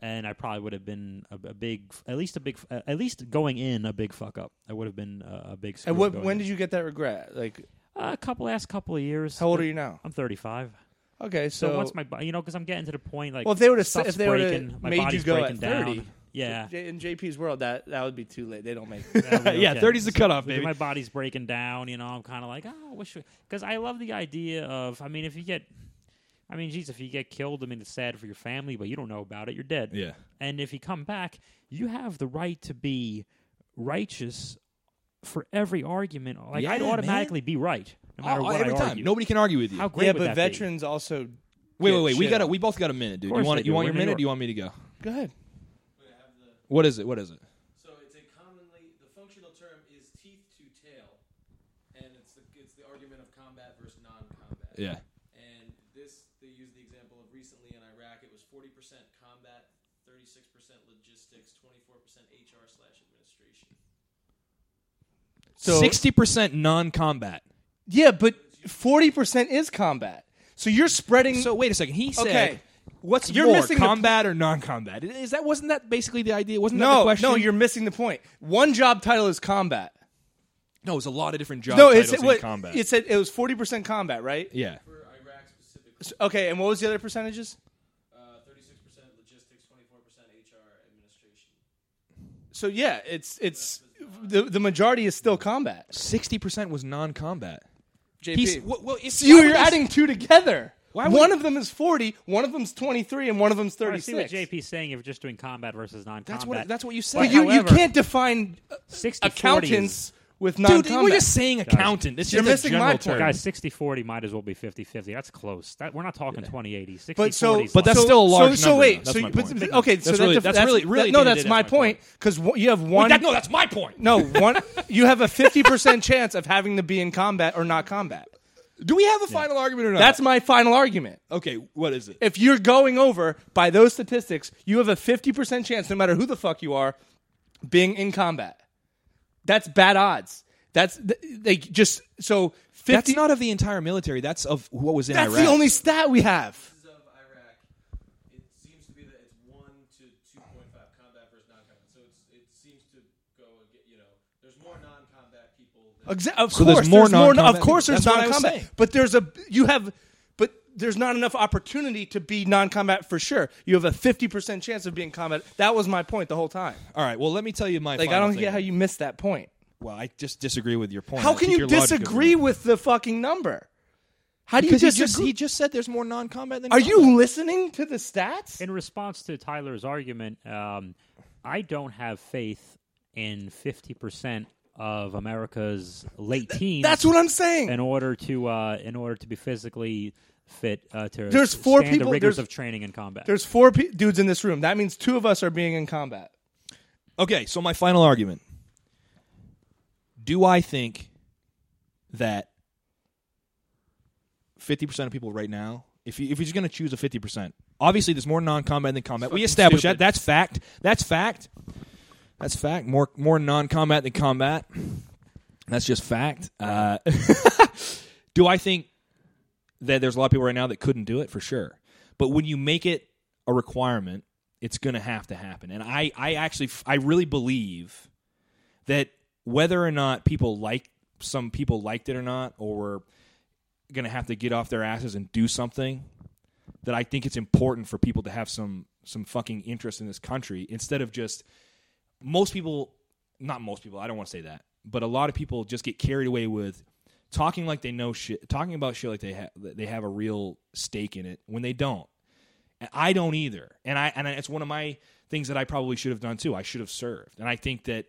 [SPEAKER 4] and I probably would have been a, a big, at least a big, uh, at least going in a big fuck up. I would have been uh, a big.
[SPEAKER 3] And what, when did you get that regret? Like,
[SPEAKER 4] Uh, a couple last couple of years.
[SPEAKER 3] how old are you now?
[SPEAKER 4] I'm 35.
[SPEAKER 3] Okay, so,
[SPEAKER 4] So, once my, bo- you know, because I'm getting to the point like,
[SPEAKER 3] Well, if they would've s-
[SPEAKER 4] stuff's
[SPEAKER 3] if they would've
[SPEAKER 4] breaking, my
[SPEAKER 3] made you
[SPEAKER 4] body's
[SPEAKER 3] go at
[SPEAKER 4] breaking down.
[SPEAKER 3] 30,
[SPEAKER 4] Yeah.
[SPEAKER 3] J- in JP's world, that that would be too late. They don't make.
[SPEAKER 1] yeah, 30's the cutoff,
[SPEAKER 4] Dude,
[SPEAKER 1] baby.
[SPEAKER 4] My body's breaking down. You know, I'm kind of like, oh, I wish because I love the idea of. I mean, if you get, I mean, geez, if you get killed, I mean, it's sad for your family, but you don't know about it. You're dead.
[SPEAKER 1] Yeah.
[SPEAKER 4] And if you come back, you have the right to be righteous for every argument. Like
[SPEAKER 1] Yeah,
[SPEAKER 4] I'd
[SPEAKER 1] man.
[SPEAKER 4] automatically be right no matter
[SPEAKER 1] Oh,
[SPEAKER 4] what
[SPEAKER 1] every
[SPEAKER 4] I
[SPEAKER 1] time,
[SPEAKER 4] argue.
[SPEAKER 1] nobody can argue with you.
[SPEAKER 4] How great
[SPEAKER 3] yeah,
[SPEAKER 4] would
[SPEAKER 3] but
[SPEAKER 4] that be?
[SPEAKER 3] veterans also.
[SPEAKER 1] wait,
[SPEAKER 3] get
[SPEAKER 1] wait, wait. We
[SPEAKER 3] shit
[SPEAKER 1] got.
[SPEAKER 3] on.
[SPEAKER 1] We both got a minute, dude. You
[SPEAKER 4] course
[SPEAKER 1] want?
[SPEAKER 4] they
[SPEAKER 1] You
[SPEAKER 4] do.
[SPEAKER 1] want your
[SPEAKER 4] We're in
[SPEAKER 1] minute? or
[SPEAKER 4] New York.
[SPEAKER 1] Do you want me to go?
[SPEAKER 3] Go ahead.
[SPEAKER 6] I have the.
[SPEAKER 1] What is it? What is it?
[SPEAKER 6] So it's a commonly the functional term is teeth to tail, and it's the it's the argument of combat versus non-combat.
[SPEAKER 1] Yeah.
[SPEAKER 6] And this they use the example of recently in Iraq. It was forty percent combat, thirty-six percent logistics, twenty-four percent HR slash administration.
[SPEAKER 3] So-
[SPEAKER 1] Sixty percent non-combat.
[SPEAKER 3] Yeah, but forty percent is combat. So you're spreading.
[SPEAKER 1] So wait a second. He said,
[SPEAKER 3] Okay.
[SPEAKER 1] "What's
[SPEAKER 3] You're
[SPEAKER 1] more,
[SPEAKER 3] missing the-
[SPEAKER 1] combat or non-combat?" Is that wasn't that basically the idea? Wasn't that the
[SPEAKER 3] no,
[SPEAKER 1] question?
[SPEAKER 3] no, you're missing the point. One job title is combat.
[SPEAKER 1] no. It's a lot of different job
[SPEAKER 3] No,
[SPEAKER 1] titles
[SPEAKER 3] it's
[SPEAKER 1] in
[SPEAKER 3] what
[SPEAKER 1] combat.
[SPEAKER 3] it said. It was forty percent combat, right?
[SPEAKER 1] yeah.
[SPEAKER 6] For Iraq specifically,
[SPEAKER 3] So- Okay, and what was the other percentages?
[SPEAKER 6] uh, 36% logistics, 24% HR administration.
[SPEAKER 3] So yeah, it's it's the the majority is still combat.
[SPEAKER 1] Sixty percent was non-combat.
[SPEAKER 3] JP,
[SPEAKER 1] He's well, well, it's,
[SPEAKER 3] you
[SPEAKER 1] why
[SPEAKER 3] you're
[SPEAKER 1] would he-
[SPEAKER 3] adding two together.
[SPEAKER 1] Why would-
[SPEAKER 3] one of them is forty, one of them's twenty three, and one of them's
[SPEAKER 4] I
[SPEAKER 3] thirty
[SPEAKER 4] see what
[SPEAKER 3] six.
[SPEAKER 4] JP's saying. If you're just doing combat versus non-combat,
[SPEAKER 1] That's what that's what you said.
[SPEAKER 3] But you you
[SPEAKER 4] However,
[SPEAKER 3] can't define uh,
[SPEAKER 4] 60
[SPEAKER 3] accountants with non
[SPEAKER 1] Dude,
[SPEAKER 3] combat.
[SPEAKER 1] we're just saying accountant. It's
[SPEAKER 3] You're
[SPEAKER 1] just a
[SPEAKER 3] missing
[SPEAKER 1] general
[SPEAKER 3] my
[SPEAKER 1] term.
[SPEAKER 3] point.
[SPEAKER 4] Guys, 60 40 might as well be 50 50. That's close. That, we're not talking 20 80. 60
[SPEAKER 3] But so,
[SPEAKER 4] 40 's
[SPEAKER 1] But that's
[SPEAKER 4] like-
[SPEAKER 3] so-
[SPEAKER 1] still a large
[SPEAKER 3] So, so
[SPEAKER 1] number,
[SPEAKER 3] wait,
[SPEAKER 1] though.
[SPEAKER 3] so
[SPEAKER 1] That's my
[SPEAKER 3] but,
[SPEAKER 1] point.
[SPEAKER 3] okay, so
[SPEAKER 1] That's
[SPEAKER 3] that
[SPEAKER 1] really-
[SPEAKER 3] def-
[SPEAKER 1] that's really- really
[SPEAKER 3] that, no,
[SPEAKER 1] dated,
[SPEAKER 3] that's
[SPEAKER 1] that's my
[SPEAKER 3] my point
[SPEAKER 1] point.
[SPEAKER 3] because you have one.
[SPEAKER 1] That- no, that's my point.
[SPEAKER 3] no, one. you have a fifty percent chance of having to be in combat or not combat.
[SPEAKER 1] Do we have a final argument or not?
[SPEAKER 3] That's my final argument.
[SPEAKER 1] okay. What is it?
[SPEAKER 3] If you're going over by those statistics, you have a fifty percent chance, no matter who the fuck you are, being in combat. That's bad odds. That's th- they just so fifty.
[SPEAKER 1] That's not of the entire military. That's of what was in
[SPEAKER 3] that's
[SPEAKER 1] Iraq.
[SPEAKER 3] the only stat we have.
[SPEAKER 6] This is of Iraq. It seems to be that it's 1 to 2.5 combat versus non combat. So it's, it seems to go, ag- you know, there's more non combat people. Than
[SPEAKER 3] Exa- of
[SPEAKER 1] So
[SPEAKER 3] course,
[SPEAKER 1] there's
[SPEAKER 3] there's
[SPEAKER 1] more
[SPEAKER 3] more. of
[SPEAKER 1] non-combat
[SPEAKER 3] course,
[SPEAKER 1] people.
[SPEAKER 3] there's
[SPEAKER 1] That's what I was
[SPEAKER 3] non-combat,
[SPEAKER 1] saying.
[SPEAKER 3] but there's a you have, but there's not enough opportunity to be non-combat for sure. You have a fifty percent chance of being combat. That was my point the whole time.
[SPEAKER 1] All right. Well, let me tell you my.
[SPEAKER 3] Like I
[SPEAKER 1] final
[SPEAKER 3] don't
[SPEAKER 1] thing.
[SPEAKER 3] get how you missed that point.
[SPEAKER 1] Well, I just disagree with your point. I
[SPEAKER 3] How can
[SPEAKER 1] think
[SPEAKER 3] you
[SPEAKER 1] your logic is
[SPEAKER 3] disagree
[SPEAKER 1] wrong.
[SPEAKER 3] with the fucking number? How do you
[SPEAKER 1] Because he just,
[SPEAKER 3] disagree?
[SPEAKER 1] he just said there's more non-combat than.
[SPEAKER 3] Are
[SPEAKER 1] combat.
[SPEAKER 3] you listening to the stats?
[SPEAKER 4] in response to Tyler's argument, um, I don't have faith in 50% of America's late teens.
[SPEAKER 3] That's what I'm saying.
[SPEAKER 4] in order to uh, in order to be physically fit uh, to
[SPEAKER 3] There's four
[SPEAKER 4] stand
[SPEAKER 3] people-
[SPEAKER 4] the rigors
[SPEAKER 3] there's-
[SPEAKER 4] of training and combat.
[SPEAKER 3] there's four pe- dudes in this room. That means two of us are being in combat.
[SPEAKER 1] Okay, so my final argument. Do I think that 50% of people right now, if, you, if you're just going to choose a 50%, obviously there's more non combat than combat. We established that. That's fact. That's fact. That's fact. More, more non combat than combat. That's just fact. Uh, do I think that there's a lot of people right now that couldn't do it for sure. But when you make it a requirement, it's going to have to happen. And I, I actually, I really believe that whether or not people like some people liked it or not, or were going to have to get off their asses and do something, that I think it's important for people to have some some fucking interest in this country instead of just most people not most people i don't want to say that but a lot of people just get carried away with talking like they know shit talking about shit like they have they have a real stake in it when they don't and i don't either and i and it's one of my things that i probably should have done too i should have served and i think that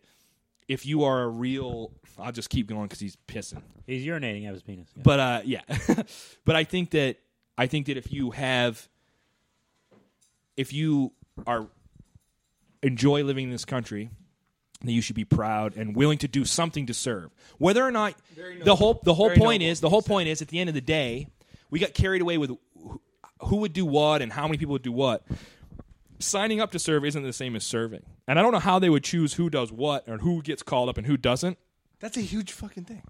[SPEAKER 1] if you are a real i'll just keep going because he's pissing
[SPEAKER 4] He's urinating out of his penis. Yeah.
[SPEAKER 1] but uh, yeah, but I think that I think that if you have, if you are enjoy living in this country, that you should be proud and willing to do something to serve. Whether or not the whole the whole
[SPEAKER 3] Very
[SPEAKER 1] point
[SPEAKER 3] noble.
[SPEAKER 1] is the whole point is at the end of the day, we got carried away with who- who would do what and how many people would do what. Signing up to serve isn't the same as serving, and I don't know how they would choose who does what and who gets called up and who doesn't.
[SPEAKER 3] That's a huge fucking thing.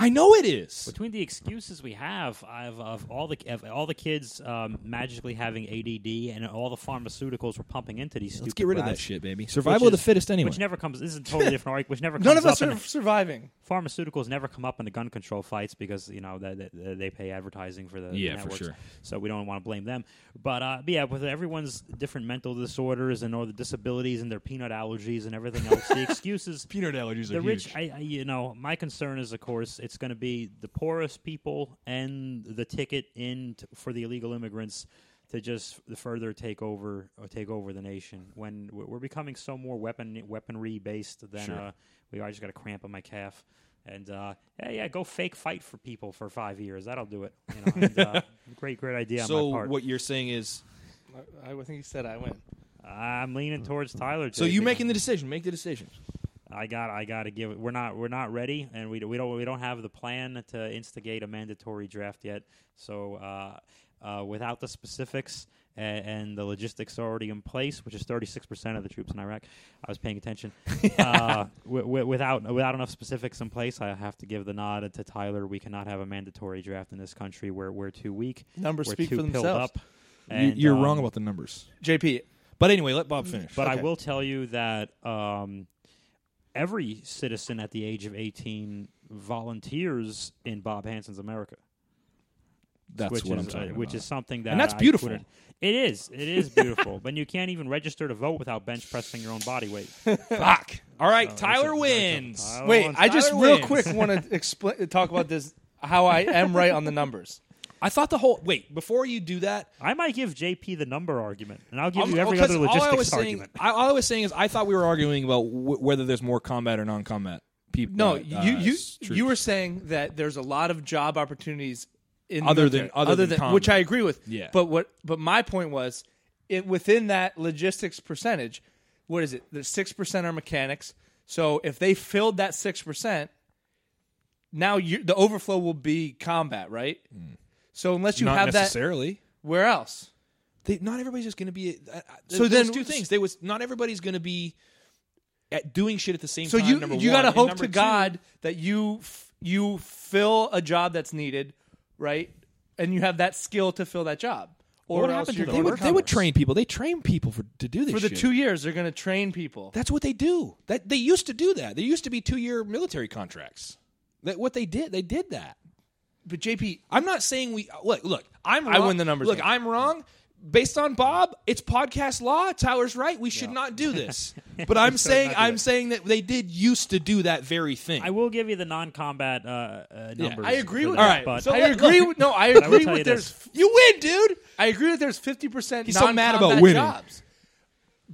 [SPEAKER 1] I know it is.
[SPEAKER 4] Between the excuses we have of, of all the of all the kids um, magically having ADD and all the pharmaceuticals we're pumping into these,
[SPEAKER 1] Let's
[SPEAKER 4] stupid
[SPEAKER 1] get rid of that
[SPEAKER 4] brats,
[SPEAKER 1] shit, baby.
[SPEAKER 4] which
[SPEAKER 1] Survival of the
[SPEAKER 4] is-
[SPEAKER 1] fittest, anyway.
[SPEAKER 4] Which never comes. This is a totally different argument. Which never.
[SPEAKER 3] None
[SPEAKER 4] comes
[SPEAKER 3] of us
[SPEAKER 4] up
[SPEAKER 3] are
[SPEAKER 4] in the-
[SPEAKER 3] surviving.
[SPEAKER 4] pharmaceuticals never come up in the gun control fights because you know they, they, they pay advertising for the the
[SPEAKER 1] Yeah, for
[SPEAKER 4] networks,
[SPEAKER 1] sure.
[SPEAKER 4] So we don't want to blame them. But, uh, but yeah, with everyone's different mental disorders and all the disabilities and their peanut allergies and everything else, the excuses.
[SPEAKER 1] peanut allergies
[SPEAKER 4] The rich, I, I, you know, my concern is, of course, it's going to be the poorest people and the ticket in t- for the illegal immigrants to just f- further take over or take over the nation. When we're we're becoming so more weapon weaponry based than uh, we are, I just got a cramp in my calf. And uh, yeah, yeah, go fake fight for people for five years. That'll do it. You know, and, uh, great, great idea on
[SPEAKER 1] so
[SPEAKER 4] my part.
[SPEAKER 1] what you're saying is,
[SPEAKER 3] I, I think he said I win.
[SPEAKER 4] I'm leaning towards Tyler.
[SPEAKER 1] so
[SPEAKER 4] JP.
[SPEAKER 1] you making the decision? Make the decision.
[SPEAKER 4] I got I got to give it. We're not we're not ready, and we we don't we don't have the plan to instigate a mandatory draft yet. So uh, uh, without the specifics and, and the logistics already in place, which is 36% of the troops in Iraq. I was paying attention. uh, w- w- without, without enough specifics in place, I have to give the nod to Tyler. We cannot have a mandatory draft in this country. We're, we're too weak.
[SPEAKER 3] Numbers
[SPEAKER 4] we're
[SPEAKER 3] speak
[SPEAKER 4] too
[SPEAKER 3] for
[SPEAKER 4] pilled
[SPEAKER 3] themselves.
[SPEAKER 4] up. And,
[SPEAKER 7] you, are
[SPEAKER 4] um,
[SPEAKER 7] wrong about the numbers.
[SPEAKER 3] JP,
[SPEAKER 7] But anyway, let Bob finish.
[SPEAKER 4] But
[SPEAKER 3] Okay.
[SPEAKER 4] I will tell you that um, every citizen at the age of 18 volunteers in Bob Hansen's America.
[SPEAKER 7] That's
[SPEAKER 4] which
[SPEAKER 7] what I'm
[SPEAKER 4] is,
[SPEAKER 7] talking
[SPEAKER 4] uh,
[SPEAKER 7] about.
[SPEAKER 4] Which is something that
[SPEAKER 7] And that's
[SPEAKER 4] I
[SPEAKER 7] beautiful.
[SPEAKER 4] couldn't- It is. It is beautiful. but you can't even register to vote without bench pressing your own body weight.
[SPEAKER 1] Fuck. All right, Tyler wins.
[SPEAKER 4] Tyler
[SPEAKER 3] wait,
[SPEAKER 4] wants-
[SPEAKER 3] I just
[SPEAKER 1] Tyler
[SPEAKER 3] real
[SPEAKER 1] wins.
[SPEAKER 3] quick want to explain talk about this how I am right on the numbers.
[SPEAKER 1] I thought the whole wait before you do that.
[SPEAKER 4] I might give JP the number argument, and I'll give
[SPEAKER 1] I'm-
[SPEAKER 4] you every
[SPEAKER 1] because
[SPEAKER 4] other
[SPEAKER 1] all I was
[SPEAKER 4] logistics
[SPEAKER 1] saying,
[SPEAKER 4] argument.
[SPEAKER 1] I, all I was saying is I thought we were arguing about w- whether there's more combat or non-combat people.
[SPEAKER 3] No,
[SPEAKER 1] uh,
[SPEAKER 3] you you
[SPEAKER 1] s-
[SPEAKER 3] you were
[SPEAKER 1] troops.
[SPEAKER 3] saying that there's a lot of job opportunities in the
[SPEAKER 1] Other than-
[SPEAKER 3] military,
[SPEAKER 1] other than combat.
[SPEAKER 3] which I agree with.
[SPEAKER 1] Yeah.
[SPEAKER 3] But what but my point was it within that logistics percentage, what is it? The six percent are mechanics. So if they filled that six percent, now you, the overflow will be combat, right? So unless you
[SPEAKER 1] Hmm. not
[SPEAKER 3] have that,
[SPEAKER 1] necessarily.
[SPEAKER 3] where else?
[SPEAKER 1] They, not everybody's just going to be. Uh,
[SPEAKER 3] So
[SPEAKER 1] so
[SPEAKER 3] then-
[SPEAKER 1] then two things. They was not everybody's going to be at doing shit at the same
[SPEAKER 3] So
[SPEAKER 1] time.
[SPEAKER 3] you
[SPEAKER 1] number
[SPEAKER 3] you
[SPEAKER 1] one.
[SPEAKER 3] got to
[SPEAKER 1] And
[SPEAKER 3] hope
[SPEAKER 1] number
[SPEAKER 3] to
[SPEAKER 1] two-
[SPEAKER 3] God that you f- you fill a job that's needed, right? And you have that skill to fill that job. Or
[SPEAKER 1] What
[SPEAKER 3] else
[SPEAKER 1] happened to
[SPEAKER 3] you're
[SPEAKER 1] them?
[SPEAKER 3] gonna
[SPEAKER 1] They would, they
[SPEAKER 3] work
[SPEAKER 1] would train people. They train people for to do this
[SPEAKER 3] for the
[SPEAKER 1] shit.
[SPEAKER 3] two years. They're going to train people.
[SPEAKER 1] That's what they do. That they used to do that. There used to be two year military contracts. That what they did. They did that.
[SPEAKER 3] But JP,
[SPEAKER 1] I'm not saying we uh, look. Look, I'm. Wrong.
[SPEAKER 3] I win the numbers
[SPEAKER 1] Look,
[SPEAKER 3] game.
[SPEAKER 1] I'm wrong. Based on Bob, it's podcast law. Tyler's right. We should not do this. But I'm saying I'm saying that they did used to do that very thing.
[SPEAKER 4] I will give you the non-combat uh, uh, numbers.
[SPEAKER 3] I agree
[SPEAKER 4] for
[SPEAKER 3] with
[SPEAKER 4] that,
[SPEAKER 3] that.
[SPEAKER 4] but
[SPEAKER 3] I
[SPEAKER 1] let-
[SPEAKER 3] agree
[SPEAKER 1] look.
[SPEAKER 3] with no. I
[SPEAKER 4] But I will
[SPEAKER 3] agree
[SPEAKER 4] tell
[SPEAKER 3] with
[SPEAKER 4] you
[SPEAKER 3] there's.
[SPEAKER 1] you win, dude.
[SPEAKER 3] I agree that there's fifty percent.
[SPEAKER 1] He's so mad about winning.
[SPEAKER 3] jobs.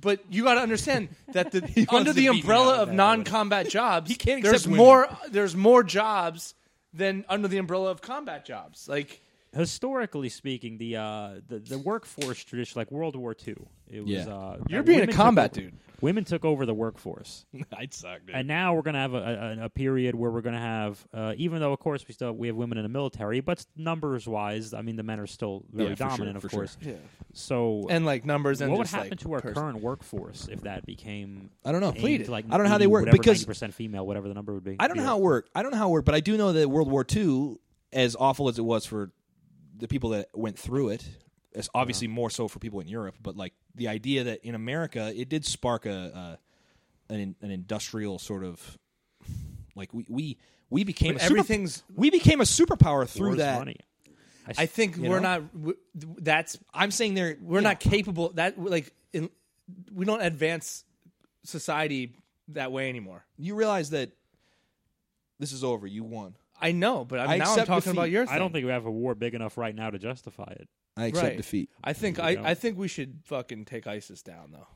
[SPEAKER 3] But you got to understand that the
[SPEAKER 1] wants
[SPEAKER 3] under
[SPEAKER 1] to
[SPEAKER 3] the
[SPEAKER 1] beat me
[SPEAKER 3] umbrella
[SPEAKER 1] out
[SPEAKER 3] of
[SPEAKER 1] of that, I would-
[SPEAKER 3] non-combat jobs, he
[SPEAKER 1] can't
[SPEAKER 3] there's
[SPEAKER 1] accept winning.
[SPEAKER 3] more. There's more jobs than under the umbrella of combat jobs. Like
[SPEAKER 4] historically speaking, the uh, the, the workforce tradition, like World War II, it was.
[SPEAKER 1] Yeah.
[SPEAKER 4] Uh,
[SPEAKER 3] You're
[SPEAKER 4] uh,
[SPEAKER 3] being a
[SPEAKER 4] women took
[SPEAKER 3] combat
[SPEAKER 4] over-
[SPEAKER 3] dude.
[SPEAKER 4] Women took over the workforce,
[SPEAKER 1] I'd suck, dude.
[SPEAKER 4] and now we're gonna have a, a, a period where we're gonna have, uh, even though of course we still we have women in the military, but numbers wise, I mean the men are still very
[SPEAKER 1] Yeah, for sure,
[SPEAKER 4] dominant,
[SPEAKER 1] for
[SPEAKER 4] of
[SPEAKER 1] sure.
[SPEAKER 4] course. So.
[SPEAKER 3] and like numbers and
[SPEAKER 4] what would
[SPEAKER 3] just,
[SPEAKER 4] happen
[SPEAKER 3] like,
[SPEAKER 4] to our
[SPEAKER 3] pers-
[SPEAKER 4] current workforce if that became?
[SPEAKER 1] I don't know.
[SPEAKER 4] aimed
[SPEAKER 1] Depleted.
[SPEAKER 4] Like
[SPEAKER 1] I don't know how they work, because-
[SPEAKER 4] ninety percent female, whatever the number would be.
[SPEAKER 1] I don't know
[SPEAKER 4] Yeah.
[SPEAKER 1] how it worked. I don't know how it worked, but I do know that World War II, as awful as it was for the people that went through it, it's obviously more so for people in Europe. But like the idea that in America, it did spark a, a an an industrial sort of like we we we became
[SPEAKER 3] But
[SPEAKER 1] a super-
[SPEAKER 3] everything's-
[SPEAKER 1] we became a superpower through
[SPEAKER 4] Where's
[SPEAKER 1] that.
[SPEAKER 4] money?
[SPEAKER 3] I think we're not. w- That's
[SPEAKER 1] I'm saying there
[SPEAKER 3] we're not capable. That like in, we don't advance society that way anymore.
[SPEAKER 1] You realize that this is over. You won.
[SPEAKER 3] I know, but I'm,
[SPEAKER 1] I
[SPEAKER 3] now I'm
[SPEAKER 1] accept
[SPEAKER 3] talking about
[SPEAKER 1] defeat.
[SPEAKER 3] your. Thing.
[SPEAKER 4] I don't think we have a war big enough right now to justify it.
[SPEAKER 1] I accept
[SPEAKER 3] Right.
[SPEAKER 1] defeat.
[SPEAKER 3] I think
[SPEAKER 4] we
[SPEAKER 3] I,
[SPEAKER 4] don't.
[SPEAKER 3] I think we should fucking take ISIS down though.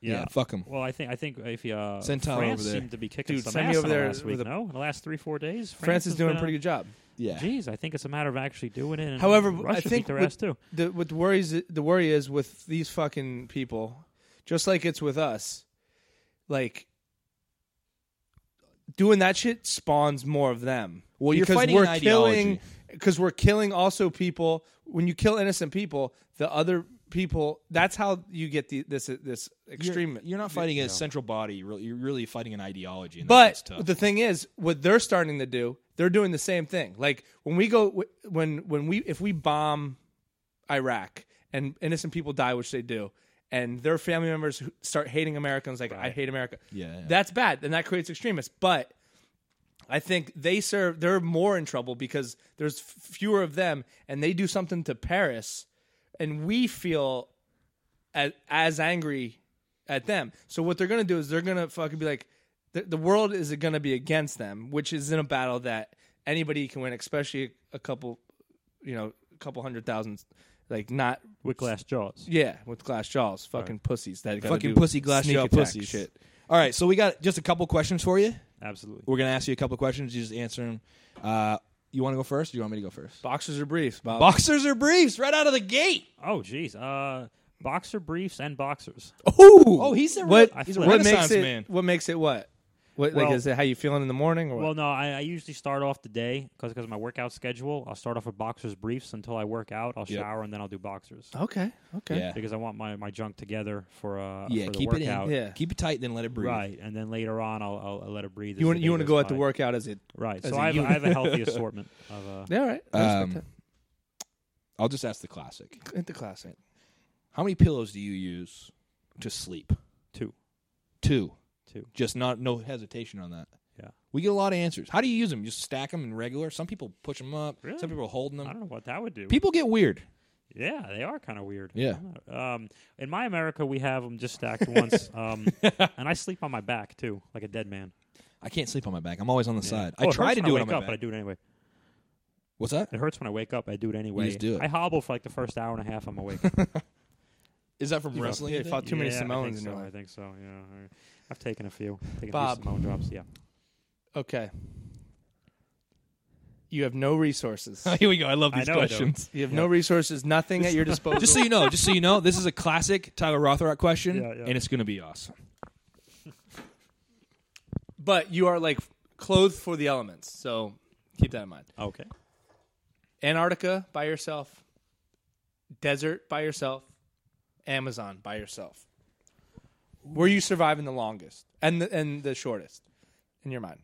[SPEAKER 1] Yeah, fuck 'em.
[SPEAKER 4] Well, I think I think if you uh,
[SPEAKER 1] Send Tyler
[SPEAKER 4] France
[SPEAKER 1] over there.
[SPEAKER 4] seemed to be kicking
[SPEAKER 3] Dude,
[SPEAKER 4] some
[SPEAKER 3] send
[SPEAKER 4] ass
[SPEAKER 3] me over
[SPEAKER 4] in the
[SPEAKER 3] there
[SPEAKER 4] last week.
[SPEAKER 3] with a-
[SPEAKER 4] no, in the last three four days, France,
[SPEAKER 3] France, is
[SPEAKER 4] has
[SPEAKER 3] doing
[SPEAKER 4] been
[SPEAKER 3] a pretty good job.
[SPEAKER 1] Yeah.
[SPEAKER 4] Jeez, I think it's a matter of actually doing it. And
[SPEAKER 3] However,
[SPEAKER 4] Russia
[SPEAKER 3] I think
[SPEAKER 4] beat their
[SPEAKER 3] what,
[SPEAKER 4] ass too.
[SPEAKER 3] The, what the worries the worry is with these fucking people, just like it's with us, like doing that shit spawns more of them.
[SPEAKER 1] Well, you're
[SPEAKER 3] because
[SPEAKER 1] fighting
[SPEAKER 3] we're
[SPEAKER 1] an
[SPEAKER 3] killing
[SPEAKER 1] ideology.
[SPEAKER 3] because we're killing also people. When you kill innocent people, the other people. That's how you get the, this this
[SPEAKER 1] You're-
[SPEAKER 3] extreme.
[SPEAKER 1] You're, not fighting a central body. You're really- you're really fighting an ideology. And that's
[SPEAKER 3] But
[SPEAKER 1] tough.
[SPEAKER 3] the thing is, what they're starting to do, they're doing the same thing. Like when we go, when when we if we bomb Iraq and innocent people die, which they do, and their family members who start hating Americans, like I hate America.
[SPEAKER 1] Yeah, yeah.
[SPEAKER 3] that's bad, and that creates extremists. But I think they serve; they're more in trouble because there's f- fewer of them, and they do something to Paris, and we feel as, as angry at them. So what they're gonna do is they're gonna fucking be like, the, the world is gonna be against them, which is in a battle that anybody can win, especially a couple, you know, a couple hundred thousand, like not
[SPEAKER 4] With glass jaws.
[SPEAKER 3] yeah, with glass jaws, fucking pussies that gotta
[SPEAKER 1] fucking
[SPEAKER 3] do
[SPEAKER 1] pussy glass
[SPEAKER 3] sneak
[SPEAKER 1] jaw
[SPEAKER 3] attack
[SPEAKER 1] pussies. All right, so we got just a couple questions for you.
[SPEAKER 4] Absolutely.
[SPEAKER 1] We're gonna ask you a couple questions. You just answer them. Uh, you want to go first? or You want me to go first?
[SPEAKER 3] Boxers or briefs, Bob.
[SPEAKER 1] Boxers or briefs? Right out of the gate.
[SPEAKER 4] Oh, jeez. Uh, boxer briefs and boxers.
[SPEAKER 3] Ooh.
[SPEAKER 1] Oh, he's a
[SPEAKER 3] what?
[SPEAKER 1] real-
[SPEAKER 4] he's a
[SPEAKER 3] what
[SPEAKER 1] renaissance
[SPEAKER 3] makes it?
[SPEAKER 1] man.
[SPEAKER 3] What makes it what?
[SPEAKER 2] What,
[SPEAKER 4] Well-
[SPEAKER 2] like, is it how you feeling in the morning? Or what?
[SPEAKER 4] Well, no, I, I usually start off the day because of my workout schedule. I'll start off with boxers briefs until I work out. I'll
[SPEAKER 1] Yep.
[SPEAKER 4] shower and then I'll do
[SPEAKER 3] Ah.
[SPEAKER 4] boxers
[SPEAKER 2] okay, okay.
[SPEAKER 1] Yeah.
[SPEAKER 4] because I want my, my junk together for uh
[SPEAKER 1] Yeah,
[SPEAKER 4] for the
[SPEAKER 1] keep it in.
[SPEAKER 4] workout.
[SPEAKER 2] Yeah.
[SPEAKER 1] Keep it tight, then let it breathe.
[SPEAKER 4] Right, and then later on I'll, I'll, I'll let it breathe. as
[SPEAKER 2] You want
[SPEAKER 4] the
[SPEAKER 2] you
[SPEAKER 4] day
[SPEAKER 2] want to
[SPEAKER 4] goes
[SPEAKER 2] go at the
[SPEAKER 4] by.
[SPEAKER 2] workout as it?
[SPEAKER 4] right?
[SPEAKER 2] as
[SPEAKER 4] So
[SPEAKER 2] a
[SPEAKER 4] I have,
[SPEAKER 2] unit.
[SPEAKER 4] I have a healthy assortment of uh,
[SPEAKER 2] Yeah, all right. I respect
[SPEAKER 1] Um, I'll just ask the classic.
[SPEAKER 2] that. Hit the classic.
[SPEAKER 1] How many pillows do you use to sleep?
[SPEAKER 4] Two.
[SPEAKER 1] Two.
[SPEAKER 4] Two.
[SPEAKER 1] Just not no hesitation on that.
[SPEAKER 4] Yeah.
[SPEAKER 1] We get a lot of answers. How do you use them? Just stack them in regular. Some people push them up.
[SPEAKER 4] Really?
[SPEAKER 1] Some people are holding
[SPEAKER 4] I
[SPEAKER 1] them.
[SPEAKER 4] don't know what that would do.
[SPEAKER 1] People get weird.
[SPEAKER 4] Yeah, they are kind of weird.
[SPEAKER 1] Yeah.
[SPEAKER 4] I'm not- Um, in my America, we have them just stacked once, um, and I sleep on my back too, like a dead man.
[SPEAKER 1] I can't sleep on my back. I'm always on the side.
[SPEAKER 4] Oh,
[SPEAKER 1] I try
[SPEAKER 4] hurts
[SPEAKER 1] to
[SPEAKER 4] when
[SPEAKER 1] do
[SPEAKER 4] I
[SPEAKER 1] it on
[SPEAKER 4] wake
[SPEAKER 1] my
[SPEAKER 4] up,
[SPEAKER 1] back.
[SPEAKER 4] but I do it anyway.
[SPEAKER 1] What's that?
[SPEAKER 4] It hurts when I wake up. I do it anyway.
[SPEAKER 1] just do it.
[SPEAKER 4] I hobble for like the first hour and a half. I'm awake.
[SPEAKER 1] Is that from wrestling?
[SPEAKER 2] yeah,
[SPEAKER 1] you think?
[SPEAKER 2] fuck. Not too many
[SPEAKER 4] Yeah, I think
[SPEAKER 2] Samoans in
[SPEAKER 4] so,
[SPEAKER 2] your life.
[SPEAKER 4] I think so. Yeah, I've taken a few. Taken a
[SPEAKER 3] Bob.
[SPEAKER 4] few Samoan drops. Yeah.
[SPEAKER 3] Okay. You have no resources.
[SPEAKER 1] Here we go. I love
[SPEAKER 4] I
[SPEAKER 1] these
[SPEAKER 4] know I don't.
[SPEAKER 1] questions.
[SPEAKER 3] You have no resources. Nothing at your disposal.
[SPEAKER 1] Just so you know, just so you know, this is a classic Tyler Rothrock question,
[SPEAKER 4] Yeah, yeah.
[SPEAKER 1] and it's going to be awesome.
[SPEAKER 3] but you are like clothed for the elements. So keep that in mind.
[SPEAKER 4] Okay.
[SPEAKER 3] Antarctica by yourself, desert by yourself, Amazon by yourself. Were you surviving the longest and the, and the shortest in your mind?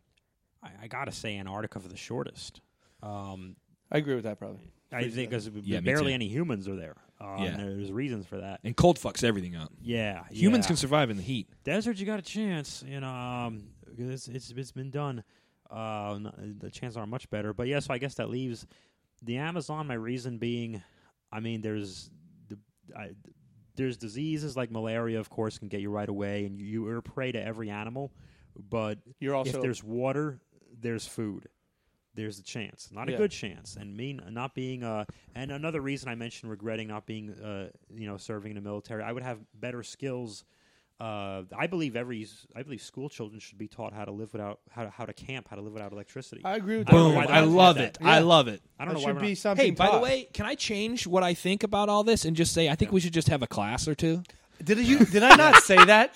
[SPEAKER 4] I, I gotta say Antarctica for the shortest. Um,
[SPEAKER 3] I agree with that probably.
[SPEAKER 4] I think because
[SPEAKER 1] Yeah, me
[SPEAKER 4] barely
[SPEAKER 1] too.
[SPEAKER 4] any humans are there. Uh,
[SPEAKER 1] Yeah.
[SPEAKER 4] and There's reasons for that.
[SPEAKER 1] And cold fucks everything up.
[SPEAKER 4] Yeah.
[SPEAKER 1] Humans
[SPEAKER 4] yeah.
[SPEAKER 1] can survive in the heat.
[SPEAKER 4] desert you got a chance you know um, 'cause it's, it's it's been done uh, n- the chances aren't much better but yeah so i guess that leaves the amazon my reason being i mean there's the I, there's diseases like malaria of course can get you right away and you, you are a prey to every animal but
[SPEAKER 3] You're also
[SPEAKER 4] if there's water there's food there's a chance not a
[SPEAKER 3] Yeah.
[SPEAKER 4] good chance and me n- not being uh and another reason i mentioned regretting not being uh you know serving in the military i would have better skills uh, I believe every I believe school children should be taught how to live without how to, how to camp, how to live without electricity.
[SPEAKER 3] I agree with
[SPEAKER 4] I don't know
[SPEAKER 1] Boom.
[SPEAKER 4] why
[SPEAKER 1] I
[SPEAKER 4] don't do
[SPEAKER 1] love
[SPEAKER 4] that.
[SPEAKER 1] it. I
[SPEAKER 3] Yeah.
[SPEAKER 1] love it.
[SPEAKER 4] I don't know
[SPEAKER 3] That
[SPEAKER 4] why
[SPEAKER 3] should
[SPEAKER 4] we're
[SPEAKER 3] be
[SPEAKER 4] not-
[SPEAKER 3] something.
[SPEAKER 1] Hey, by the
[SPEAKER 3] taught.
[SPEAKER 1] way, can I change what I think about all this and just say I think we should just have a class or two?
[SPEAKER 3] did you did I not say that?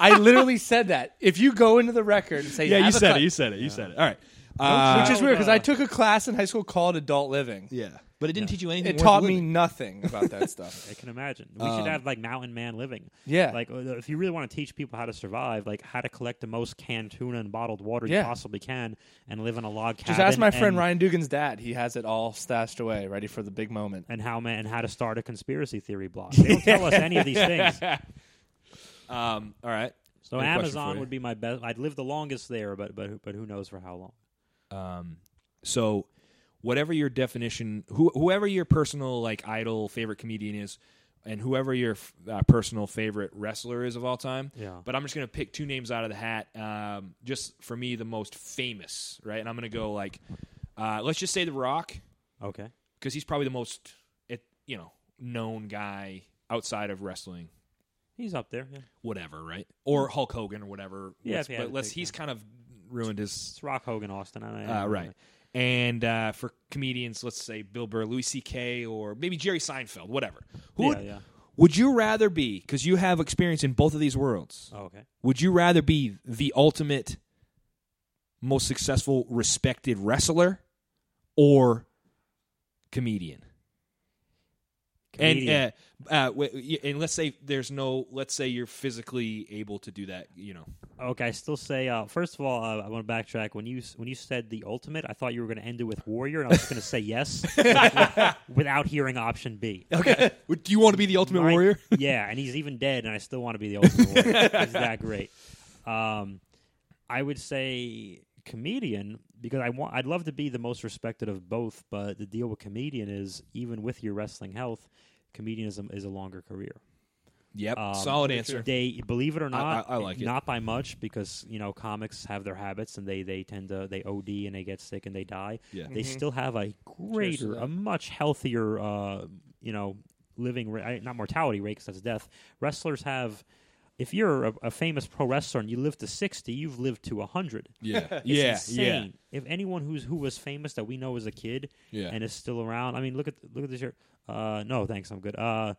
[SPEAKER 3] I literally said that. If you go into the record and say, "Have a cut,"
[SPEAKER 1] said it. You said it. All right.
[SPEAKER 3] which is weird because I took a class in high school called Adult Living.
[SPEAKER 1] Uh, yeah, but it didn't teach you anything.
[SPEAKER 3] It
[SPEAKER 1] worth
[SPEAKER 3] taught me
[SPEAKER 1] living.
[SPEAKER 3] nothing about that stuff.
[SPEAKER 4] I can imagine. We should have like mountain man living.
[SPEAKER 3] Um, Yeah.
[SPEAKER 4] Like uh, if you really want to teach people how to survive, like how to collect the most canned tuna and bottled water you
[SPEAKER 3] Yeah.
[SPEAKER 4] possibly can, and live in a log cabin.
[SPEAKER 3] Just ask my friend
[SPEAKER 4] and-
[SPEAKER 3] Ryan Dugan's dad. He has it all stashed away, ready for the big moment.
[SPEAKER 4] and how ma- and how to start a conspiracy theory blog. They don't tell us any of these things.
[SPEAKER 1] Um, all right.
[SPEAKER 4] So
[SPEAKER 1] Any question for
[SPEAKER 4] Amazon
[SPEAKER 1] you?
[SPEAKER 4] would be my best. I'd live the longest there, but but who- but who knows for how long?
[SPEAKER 1] Um, so whatever your definition, who, whoever your personal like idol favorite comedian is, and whoever your f- uh, personal favorite wrestler is of all time.
[SPEAKER 4] Yeah.
[SPEAKER 1] But I'm just gonna pick two names out of the hat. Um, just for me, the most famous, right? And I'm gonna go like, uh, let's just say The Rock,
[SPEAKER 4] Okay.
[SPEAKER 1] because he's probably the most, it, you know, known guy outside of wrestling.
[SPEAKER 4] He's up there. Yeah.
[SPEAKER 1] Whatever, right? Or Hulk Hogan or whatever.
[SPEAKER 4] Yeah,
[SPEAKER 1] Let's-
[SPEAKER 4] if you had
[SPEAKER 1] but
[SPEAKER 4] to
[SPEAKER 1] let's,
[SPEAKER 4] pick
[SPEAKER 1] he's kind of ruined his
[SPEAKER 4] It's Rock Hogan Austin. I
[SPEAKER 1] Uh, right. And uh, for comedians, let's say Bill Burr, Louis C.K., or maybe Jerry Seinfeld, whatever. Who
[SPEAKER 4] Yeah,
[SPEAKER 1] would,
[SPEAKER 4] yeah.
[SPEAKER 1] would you rather be? Because you have experience in both of these worlds.
[SPEAKER 4] Oh, okay.
[SPEAKER 1] Would you rather be the ultimate, most successful, respected wrestler, or comedian?
[SPEAKER 4] Comedian.
[SPEAKER 1] And uh, uh, w- y- and let's say there's no. Let's say you're physically able to do that. You know.
[SPEAKER 4] Okay, I still say. Uh, first of all, uh, I want to backtrack. When you s- when you said the ultimate, I thought you were going to end it with Warrior, and I was just going to say yes without hearing option B.
[SPEAKER 1] Okay. do you want to be the ultimate
[SPEAKER 4] My-
[SPEAKER 1] warrior?
[SPEAKER 4] yeah, and he's even dead, and I still want to be the ultimate warrior. He's that great. Um, I would say comedian because I want. I'd love to be the most respected of both, but the deal with comedian is even with your wrestling health, comedian is a, is a longer career.
[SPEAKER 1] Yep.
[SPEAKER 4] Um,
[SPEAKER 1] Solid answer.
[SPEAKER 4] They believe it or not,
[SPEAKER 1] I- I like it.
[SPEAKER 4] Not by much because you know comics have their habits and they they tend to they OD and they get sick and they die.
[SPEAKER 1] Yeah.
[SPEAKER 4] They still have a greater, a much healthier, uh, you know, living rate, not mortality rate because that's death. Wrestlers have. If you're a, a famous pro wrestler and you live to sixty, you've lived to hundred.
[SPEAKER 1] Yeah.
[SPEAKER 4] It's
[SPEAKER 1] yeah. Yeah.
[SPEAKER 4] insane. If anyone who's who was famous that we know as a kid
[SPEAKER 1] Yeah.
[SPEAKER 4] and is still around, I mean, look at look at this year. Uh, no, thanks, I'm good. Uh,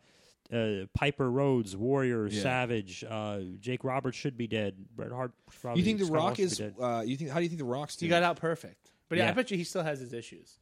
[SPEAKER 4] uh, Piper Rhodes, Warrior,
[SPEAKER 1] Yeah.
[SPEAKER 4] Savage, uh, Jake Roberts should be dead. Bret Hart. Probably,
[SPEAKER 1] You think The
[SPEAKER 4] Scott Hall
[SPEAKER 1] Rock
[SPEAKER 4] should be
[SPEAKER 1] is?
[SPEAKER 4] dead.
[SPEAKER 1] Uh, you think? How do you think The Rock's?
[SPEAKER 3] He
[SPEAKER 1] doing?
[SPEAKER 3] got out perfect, but yeah, I
[SPEAKER 4] Yeah.
[SPEAKER 3] bet you he still has his issues.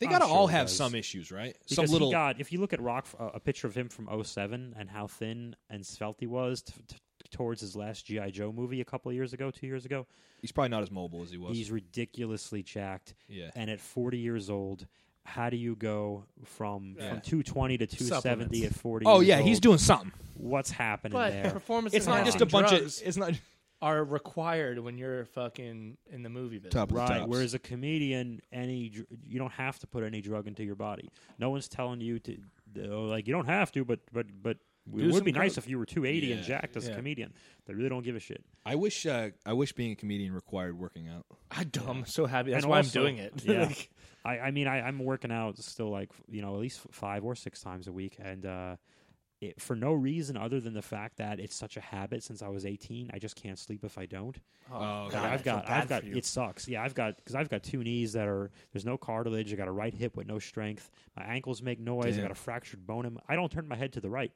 [SPEAKER 1] They
[SPEAKER 4] I'm
[SPEAKER 1] got to
[SPEAKER 4] sure
[SPEAKER 1] all
[SPEAKER 4] he
[SPEAKER 1] have
[SPEAKER 4] does.
[SPEAKER 1] some issues, right?
[SPEAKER 4] Because
[SPEAKER 1] some little.
[SPEAKER 4] he got, if you look at Rock, uh, a picture of him from 07 and how thin and svelte he was t- t- towards his last G.I. Joe movie a couple of years ago, two years ago,
[SPEAKER 1] he's probably not as mobile as he was.
[SPEAKER 4] he's ridiculously jacked.
[SPEAKER 1] Yeah.
[SPEAKER 4] And at 40 years old, how do you go from,
[SPEAKER 3] Yeah.
[SPEAKER 4] from 220 to 270 at 40?
[SPEAKER 1] oh
[SPEAKER 4] years
[SPEAKER 1] yeah, he's
[SPEAKER 4] old?
[SPEAKER 1] doing something.
[SPEAKER 4] What's happening
[SPEAKER 3] But
[SPEAKER 4] there?
[SPEAKER 3] performance
[SPEAKER 1] It's not just a
[SPEAKER 3] enhancing
[SPEAKER 1] bunch of.
[SPEAKER 3] drugs
[SPEAKER 1] It's not
[SPEAKER 3] are required when you're fucking in the movie business.
[SPEAKER 1] top of the
[SPEAKER 4] Right.
[SPEAKER 1] tops.
[SPEAKER 4] Whereas a comedian, any dr- you don't have to put any drug into your body. No one's telling you to oh, like you don't have to, but but but it would
[SPEAKER 3] some
[SPEAKER 4] be nice if you were 280 and
[SPEAKER 1] Yeah.
[SPEAKER 4] jacked as a
[SPEAKER 3] Yeah.
[SPEAKER 4] comedian. They really don't give a shit.
[SPEAKER 1] I wish. Uh, I wish being a comedian required working out.
[SPEAKER 3] I do, I'm so happy. That's
[SPEAKER 4] And
[SPEAKER 3] why
[SPEAKER 4] also-
[SPEAKER 3] I'm doing it.
[SPEAKER 4] Yeah.
[SPEAKER 3] Like,
[SPEAKER 4] I, I mean, I, I'm working out still like, you know, at least f- five or six times a week. And uh, it, for no reason other than the fact that it's such a habit since I was 18. I just can't sleep if I don't.
[SPEAKER 1] Oh,
[SPEAKER 4] Like,
[SPEAKER 3] I
[SPEAKER 4] I've
[SPEAKER 3] feel
[SPEAKER 4] got,
[SPEAKER 3] bad
[SPEAKER 4] I've got,
[SPEAKER 3] for you.
[SPEAKER 4] it sucks. Yeah, I've got, because I've got two knees that are, there's no cartilage. I got a right hip with no strength. My ankles make noise. I
[SPEAKER 1] Damn.
[SPEAKER 4] got a fractured bone. In my, I don't turn my head to the right.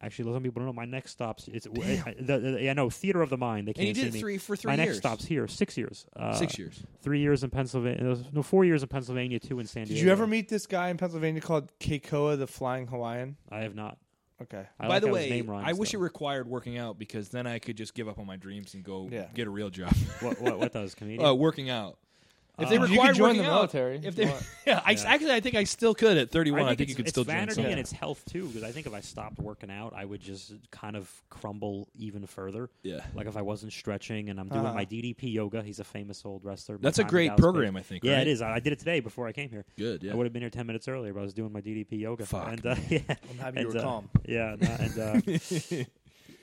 [SPEAKER 4] Actually, some people don't know my neck stops. It's I, the, the, yeah, no theater of the mind. They
[SPEAKER 1] And
[SPEAKER 4] can't
[SPEAKER 1] he did
[SPEAKER 4] see
[SPEAKER 1] it
[SPEAKER 4] me.
[SPEAKER 1] three for three
[SPEAKER 4] my
[SPEAKER 1] years.
[SPEAKER 4] neck stops here. Six years. Uh,
[SPEAKER 1] Six years.
[SPEAKER 4] three years in Pennsylvania. No, four years in Pennsylvania, two in San Diego.
[SPEAKER 2] Did you ever meet this guy in Pennsylvania called Keikoa the Flying Hawaiian?
[SPEAKER 4] I have not.
[SPEAKER 2] Okay.
[SPEAKER 4] I
[SPEAKER 1] By
[SPEAKER 4] like
[SPEAKER 1] the
[SPEAKER 4] how his
[SPEAKER 1] way,
[SPEAKER 4] name rhymes,
[SPEAKER 1] I wish
[SPEAKER 4] though.
[SPEAKER 1] it required working out because then I could just give up on my dreams and go
[SPEAKER 2] Yeah.
[SPEAKER 1] get a real job.
[SPEAKER 4] what, what, what does comedian?
[SPEAKER 1] uh, working out. If they
[SPEAKER 4] Uh,
[SPEAKER 1] required
[SPEAKER 4] You
[SPEAKER 3] could join
[SPEAKER 1] working
[SPEAKER 3] the
[SPEAKER 1] out-
[SPEAKER 3] military if
[SPEAKER 1] if
[SPEAKER 3] you
[SPEAKER 1] they,
[SPEAKER 3] want.
[SPEAKER 1] yeah, I, actually, I think I still could at 31. I think,
[SPEAKER 4] it's,
[SPEAKER 1] you could
[SPEAKER 4] it's
[SPEAKER 1] still
[SPEAKER 4] vanity
[SPEAKER 1] join
[SPEAKER 4] and
[SPEAKER 1] something.
[SPEAKER 4] it's health too. Because I think if I stopped working out, I would just kind of crumble even further.
[SPEAKER 1] Yeah.
[SPEAKER 4] Like if I wasn't stretching and I'm doing
[SPEAKER 3] Ah.
[SPEAKER 4] my DDP yoga. He's a famous old wrestler. My
[SPEAKER 1] That's a
[SPEAKER 4] time in
[SPEAKER 1] great
[SPEAKER 4] Dallas
[SPEAKER 1] program,
[SPEAKER 4] Page.
[SPEAKER 1] I think,
[SPEAKER 4] Yeah,
[SPEAKER 1] right?
[SPEAKER 4] it is. I, I did it today before I came here.
[SPEAKER 1] Good, yeah.
[SPEAKER 4] I would have been here ten minutes earlier, but I was doing my DDP yoga.
[SPEAKER 1] Fuck,
[SPEAKER 4] And, uh, yeah. I'm
[SPEAKER 3] happy you were calm.
[SPEAKER 4] Yeah. no, And. Uh,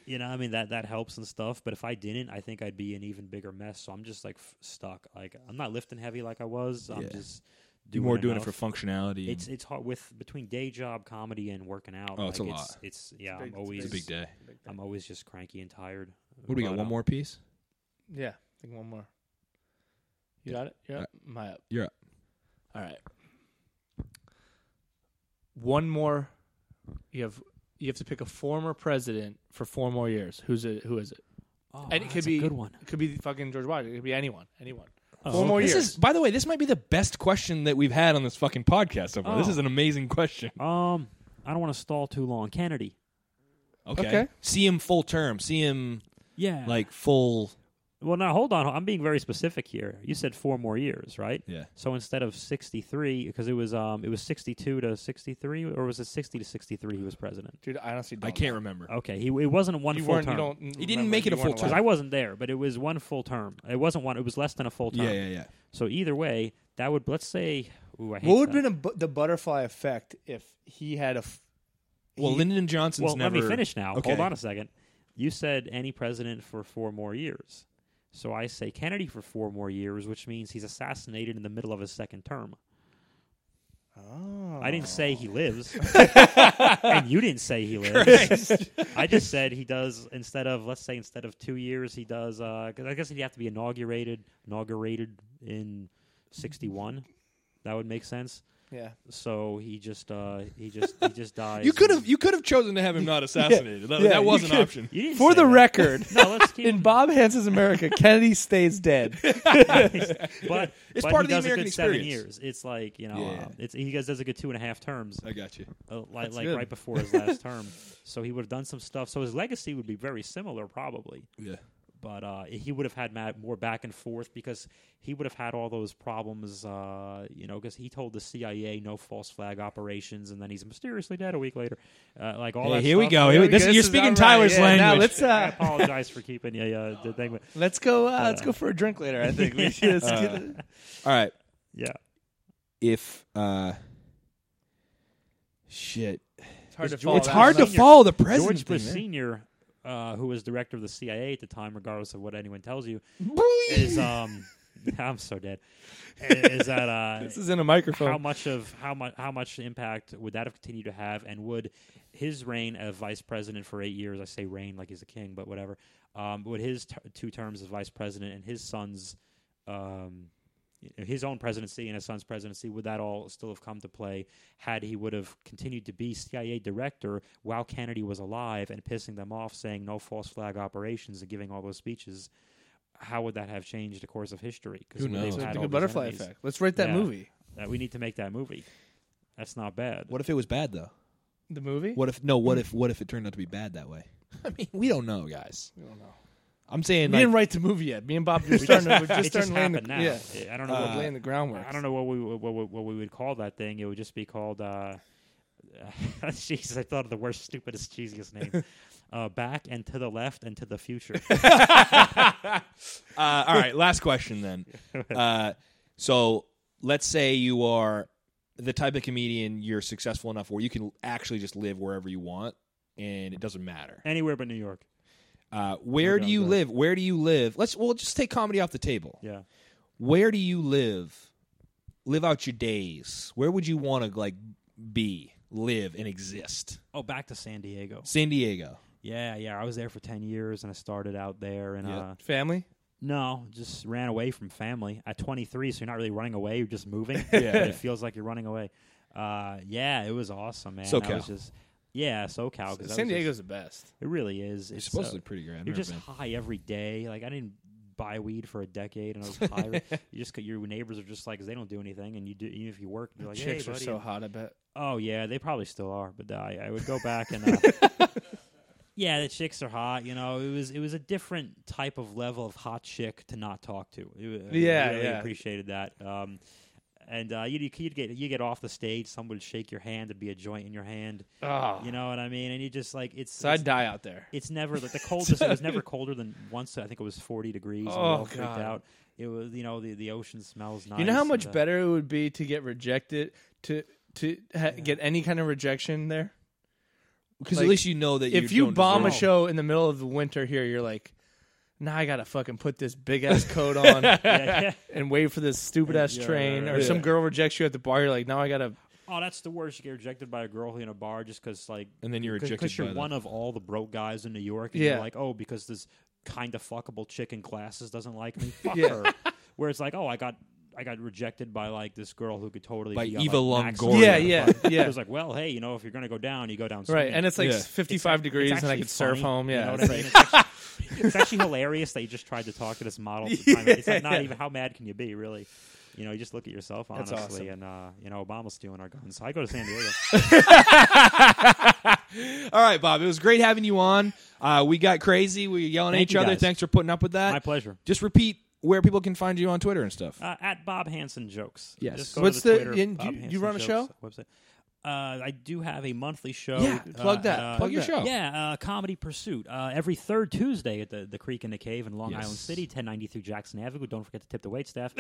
[SPEAKER 4] You know, I mean that that helps and stuff, but if I didn't, I think I'd be an even bigger mess. So I'm just like f- stuck. Like I'm not lifting heavy like I was. I'm
[SPEAKER 1] Yeah.
[SPEAKER 4] just
[SPEAKER 1] You
[SPEAKER 4] doing
[SPEAKER 1] more doing it
[SPEAKER 4] enough.
[SPEAKER 1] for functionality.
[SPEAKER 4] It's it's hard with between day job, comedy, and working out.
[SPEAKER 1] Oh, it's
[SPEAKER 4] like,
[SPEAKER 1] a
[SPEAKER 4] it's,
[SPEAKER 1] lot.
[SPEAKER 4] It's yeah.
[SPEAKER 3] big- it's
[SPEAKER 4] I'm
[SPEAKER 3] a
[SPEAKER 4] always
[SPEAKER 1] a big day.
[SPEAKER 4] I'm always just cranky and tired.
[SPEAKER 1] What do we
[SPEAKER 4] But,
[SPEAKER 1] got? One
[SPEAKER 4] uh,
[SPEAKER 1] more piece?
[SPEAKER 3] yeah. I think one more. You got it. Yeah.
[SPEAKER 1] Uh,
[SPEAKER 3] My up.
[SPEAKER 1] You're up.
[SPEAKER 3] All right. One more. You have you have to pick a former president for four more years. Who's it? Who is it?
[SPEAKER 4] Oh,
[SPEAKER 3] and it
[SPEAKER 4] wow,
[SPEAKER 3] could
[SPEAKER 4] that's
[SPEAKER 3] be
[SPEAKER 4] a good one.
[SPEAKER 3] It could be fucking George Washington. It could be anyone. Anyone.
[SPEAKER 4] Oh,
[SPEAKER 3] Four more
[SPEAKER 4] okay.
[SPEAKER 1] This
[SPEAKER 3] years.
[SPEAKER 1] is, by the way, this might be the best question that we've had on this fucking podcast so far. This
[SPEAKER 4] Oh.
[SPEAKER 1] is an amazing question.
[SPEAKER 4] Um, I don't want to stall too long. Kennedy.
[SPEAKER 1] Okay.
[SPEAKER 2] Okay.
[SPEAKER 1] See him full term. See him
[SPEAKER 4] Yeah.
[SPEAKER 1] like full.
[SPEAKER 4] well, now hold on. I'm being very specific here. You said four more years, right?
[SPEAKER 1] Yeah.
[SPEAKER 4] So instead of 63, because it was um it was 62 to 63, or was it 60 to 63? He was president.
[SPEAKER 3] Dude, I honestly don't.
[SPEAKER 1] I can't remember.
[SPEAKER 4] Okay, he it wasn't one
[SPEAKER 3] You
[SPEAKER 4] full
[SPEAKER 3] weren't. You
[SPEAKER 4] term.
[SPEAKER 3] don't.
[SPEAKER 1] He didn't make it a full
[SPEAKER 4] because I wasn't there, but it was one full term. It wasn't one. It was less than a full term.
[SPEAKER 1] Yeah, yeah, yeah.
[SPEAKER 4] So either way, that would let's say. Ooh, I hate
[SPEAKER 2] What would have
[SPEAKER 4] that.
[SPEAKER 2] been a bu- the butterfly effect if he had a? F-
[SPEAKER 1] Well, Lyndon Johnson's
[SPEAKER 4] well,
[SPEAKER 1] never.
[SPEAKER 4] let me finish now.
[SPEAKER 1] Okay.
[SPEAKER 4] Hold on a second. You said any president for four more years. So I say Kennedy for four more years, which means he's assassinated in the middle of his second term.
[SPEAKER 2] oh.
[SPEAKER 4] I didn't say he lives, and you didn't say he lives. I just said he does. Instead of let's say instead of two years, he does. Because I guess he'd have to be inaugurated, inaugurated in '61. That would make sense.
[SPEAKER 2] Yeah.
[SPEAKER 4] So he just uh, he just he just dies.
[SPEAKER 1] You could have you could have chosen to have him not assassinated. That,
[SPEAKER 2] Yeah,
[SPEAKER 1] that was
[SPEAKER 2] you
[SPEAKER 1] an
[SPEAKER 2] could-
[SPEAKER 1] option.
[SPEAKER 4] You didn't
[SPEAKER 2] For
[SPEAKER 4] say
[SPEAKER 2] the
[SPEAKER 4] that.
[SPEAKER 2] record,
[SPEAKER 4] No, let's keep
[SPEAKER 2] in Bob Hansen's America, Kennedy stays dead.
[SPEAKER 4] but
[SPEAKER 1] It's
[SPEAKER 4] but
[SPEAKER 1] part
[SPEAKER 4] he
[SPEAKER 1] of the
[SPEAKER 4] does a
[SPEAKER 1] American
[SPEAKER 4] good seven
[SPEAKER 1] experience.
[SPEAKER 4] years. It's like you know,
[SPEAKER 1] Yeah.
[SPEAKER 4] uh, it's he guys does a good two and a half terms,
[SPEAKER 1] I got you.
[SPEAKER 4] uh, like, like
[SPEAKER 2] good.
[SPEAKER 4] right before his last term. So he would have done some stuff. So his legacy would be very similar, probably.
[SPEAKER 1] Yeah.
[SPEAKER 4] But uh, he would have had ma- more back and forth because he would have had all those problems, uh, you know, because he told the CIA no false flag operations, and then he's mysteriously dead a week later. Uh, like all that.
[SPEAKER 1] here we
[SPEAKER 4] stuff.
[SPEAKER 1] go. Here we- this-
[SPEAKER 2] This
[SPEAKER 1] you're
[SPEAKER 2] is
[SPEAKER 1] speaking
[SPEAKER 2] alright.
[SPEAKER 1] Tyler's
[SPEAKER 2] Yeah,
[SPEAKER 1] language.
[SPEAKER 2] Now let's
[SPEAKER 4] I
[SPEAKER 2] uh,
[SPEAKER 4] apologize for keeping you uh, the thing. But
[SPEAKER 2] let's go. Uh, let's go for a drink later. I think. We should, let's get it.
[SPEAKER 1] All right.
[SPEAKER 4] yeah,
[SPEAKER 1] If uh, shit,
[SPEAKER 3] It's hard to.
[SPEAKER 4] It's
[SPEAKER 3] follow
[SPEAKER 1] it's
[SPEAKER 3] that.
[SPEAKER 1] hard to
[SPEAKER 4] Senior.
[SPEAKER 1] follow the
[SPEAKER 4] George
[SPEAKER 1] president.
[SPEAKER 4] Bush
[SPEAKER 1] thing,
[SPEAKER 4] Senior, uh, who was director of the CIA at the time, regardless of what anyone tells you,
[SPEAKER 1] man.
[SPEAKER 4] is um, I'm so dead. Is that uh,
[SPEAKER 2] This is in a
[SPEAKER 4] how
[SPEAKER 2] microphone.
[SPEAKER 4] much of how much how much impact would that have continued to have, and would his reign as vice president for eight years? I say reign like he's a king, but whatever. Um, would his t- two terms as vice president and his son's um, his own presidency and his son's presidency would that all still have come to play had he would have continued to be CIA director while Kennedy was alive and pissing them off, saying no false flag operations and giving all those speeches? How would that have changed the course of history? Because
[SPEAKER 8] Who knows?
[SPEAKER 4] They've
[SPEAKER 8] It's
[SPEAKER 4] had
[SPEAKER 3] Like
[SPEAKER 4] all
[SPEAKER 3] a
[SPEAKER 4] these
[SPEAKER 3] butterfly
[SPEAKER 4] enemies.
[SPEAKER 3] effect. Let's write that
[SPEAKER 4] Yeah.
[SPEAKER 3] movie.
[SPEAKER 4] That we need to make that movie. That's not bad.
[SPEAKER 1] What if it was bad though?
[SPEAKER 3] The movie.
[SPEAKER 1] What if no? What if what if it turned out to be bad that way? I mean, we don't know, guys. We don't know. I'm saying
[SPEAKER 3] We
[SPEAKER 1] like,
[SPEAKER 3] didn't write the movie yet. Me and Bob just starting. We're just
[SPEAKER 4] it just
[SPEAKER 3] starting laying the
[SPEAKER 4] happened now.
[SPEAKER 3] yeah. Uh,
[SPEAKER 4] I don't know. what,
[SPEAKER 3] laying the groundwork.
[SPEAKER 4] I don't know what we what, what, what we would call that thing. It would just be called. Uh, Jesus, I thought of the worst, stupidest, cheesiest name. uh, back and to the left and to the future.
[SPEAKER 1] Uh, all right, last question then. Uh, so let's say you are the type of comedian you're successful enough where you can actually just live wherever you want and it doesn't matter.
[SPEAKER 4] Anywhere but New York.
[SPEAKER 1] Uh, where do you live? Where do you live? Let's well just take comedy off the table.
[SPEAKER 4] Yeah.
[SPEAKER 1] Where do you live? Live out your days. Where would you want to like be, live, and exist?
[SPEAKER 4] Oh, back to San Diego.
[SPEAKER 1] San Diego.
[SPEAKER 4] Yeah, yeah. I was there for ten years, and I started out there, and uh,
[SPEAKER 3] Family.
[SPEAKER 4] No, just ran away from family at 23. So you're not really running away; you're just moving. yeah, it feels like you're running away. Uh, yeah, it was awesome, man. I was
[SPEAKER 1] SoCal.
[SPEAKER 4] just yeah, SoCal. 'cause I was
[SPEAKER 3] San Diego's the best.
[SPEAKER 4] just- it really is. It's,
[SPEAKER 1] It's supposed to
[SPEAKER 4] uh,
[SPEAKER 1] be pretty great. I've
[SPEAKER 4] You're
[SPEAKER 1] never
[SPEAKER 4] just
[SPEAKER 1] been.
[SPEAKER 4] high every day. Like I didn't buy weed for a decade, and I was high. every- you just your neighbors are just like 'cause they don't do anything, and you do. Even if you work, you're like, hey,
[SPEAKER 3] Chicks are
[SPEAKER 4] buddy,
[SPEAKER 3] so hot. I bet.
[SPEAKER 4] Oh yeah, they probably still are, but I, I would go back and. Uh, Yeah, the chicks are hot. You know, it was it was a different type of level of hot chick to not talk to. It, wa- I
[SPEAKER 3] Yeah,
[SPEAKER 4] really
[SPEAKER 3] yeah.
[SPEAKER 4] appreciated that. Um, and uh, you you get you get off the stage, someone would shake your hand, there'd be a joint in your hand.
[SPEAKER 3] Oh,
[SPEAKER 4] You know what I mean? And you just like it's
[SPEAKER 3] so I'd
[SPEAKER 4] it's,
[SPEAKER 3] die out there.
[SPEAKER 4] it's never like the coldest. it was never colder than once. I think it was forty degrees. and we
[SPEAKER 3] Oh,
[SPEAKER 4] all freaked
[SPEAKER 3] God.
[SPEAKER 4] out. It was you know the the ocean smells nice.
[SPEAKER 3] You know how
[SPEAKER 4] and,
[SPEAKER 3] much
[SPEAKER 4] uh,
[SPEAKER 3] better it would be to get rejected to to ha- get any kind of rejection there.
[SPEAKER 1] Because
[SPEAKER 3] like,
[SPEAKER 1] at least you know that
[SPEAKER 3] if you
[SPEAKER 1] don't
[SPEAKER 3] bomb a
[SPEAKER 1] deserve-
[SPEAKER 3] show in the middle of the winter here, you're like, now I gotta fucking put this big ass coat on
[SPEAKER 4] Yeah, yeah.
[SPEAKER 3] and wait for this stupid ass
[SPEAKER 4] Yeah,
[SPEAKER 3] train, or
[SPEAKER 4] yeah.
[SPEAKER 3] some girl rejects you at the bar. You're like, now I gotta.
[SPEAKER 4] Oh, that's the worst. You get rejected by a girl in a bar just because, like,
[SPEAKER 1] and then you're rejected
[SPEAKER 4] because you're
[SPEAKER 1] by the-
[SPEAKER 4] one of all the broke guys in New York. And
[SPEAKER 3] Yeah.
[SPEAKER 4] You're like, oh, because this kind of fuckable chick in classes doesn't like me. Fuck
[SPEAKER 3] Yeah.
[SPEAKER 4] her. Where it's like, oh, I got. I got rejected by like this girl who could totally
[SPEAKER 1] By
[SPEAKER 4] be on,
[SPEAKER 1] Eva
[SPEAKER 4] like, Max
[SPEAKER 1] Longoria.
[SPEAKER 4] Lord.
[SPEAKER 3] Yeah, yeah,
[SPEAKER 4] But
[SPEAKER 3] yeah.
[SPEAKER 4] It was like, well, hey, you know, if you're gonna go down, you go down.
[SPEAKER 3] Right,
[SPEAKER 4] swinging.
[SPEAKER 3] and it's like
[SPEAKER 1] Yeah.
[SPEAKER 3] 55
[SPEAKER 4] It's
[SPEAKER 3] degrees, and I
[SPEAKER 4] actually
[SPEAKER 3] could surf
[SPEAKER 4] funny,
[SPEAKER 3] home.
[SPEAKER 4] you
[SPEAKER 3] Yeah,
[SPEAKER 4] know what
[SPEAKER 3] it's
[SPEAKER 4] I
[SPEAKER 3] like-
[SPEAKER 4] mean? It's actually- it's actually hilarious that you just tried to talk to this model. at the time. It's like not even how mad can you be, really. You know, you just look at yourself
[SPEAKER 3] That's
[SPEAKER 4] honestly, and
[SPEAKER 3] awesome.
[SPEAKER 4] uh, you know, Obama's stealing our guns. So I go to San Diego.
[SPEAKER 1] All right, Bob. It was great having you on. Uh, we got crazy. We were yelling at
[SPEAKER 4] Thank
[SPEAKER 1] each
[SPEAKER 4] you,
[SPEAKER 1] other.
[SPEAKER 4] guys.
[SPEAKER 1] Thanks for putting up with that.
[SPEAKER 4] My pleasure.
[SPEAKER 1] Just repeat where people can find you on Twitter and stuff.
[SPEAKER 4] Uh, at Bob Hansen jokes.
[SPEAKER 1] Yes.
[SPEAKER 4] Just go
[SPEAKER 3] What's
[SPEAKER 4] to the,
[SPEAKER 3] the-
[SPEAKER 4] Twitter,
[SPEAKER 3] and
[SPEAKER 4] Bob
[SPEAKER 3] you- you
[SPEAKER 4] Hansen
[SPEAKER 3] run a
[SPEAKER 4] Jokes
[SPEAKER 3] show?
[SPEAKER 4] website. Uh, I do have a monthly show.
[SPEAKER 1] Yeah,
[SPEAKER 3] plug
[SPEAKER 4] uh,
[SPEAKER 3] that.
[SPEAKER 4] at, uh,
[SPEAKER 1] Plug your
[SPEAKER 3] that.
[SPEAKER 1] show.
[SPEAKER 4] Yeah, uh, Comedy Pursuit uh, every third Tuesday at the, the Creek in the Cave in Long
[SPEAKER 1] Yes.
[SPEAKER 4] Island City, 1093 Jackson Avenue. Don't forget to tip the wait staff.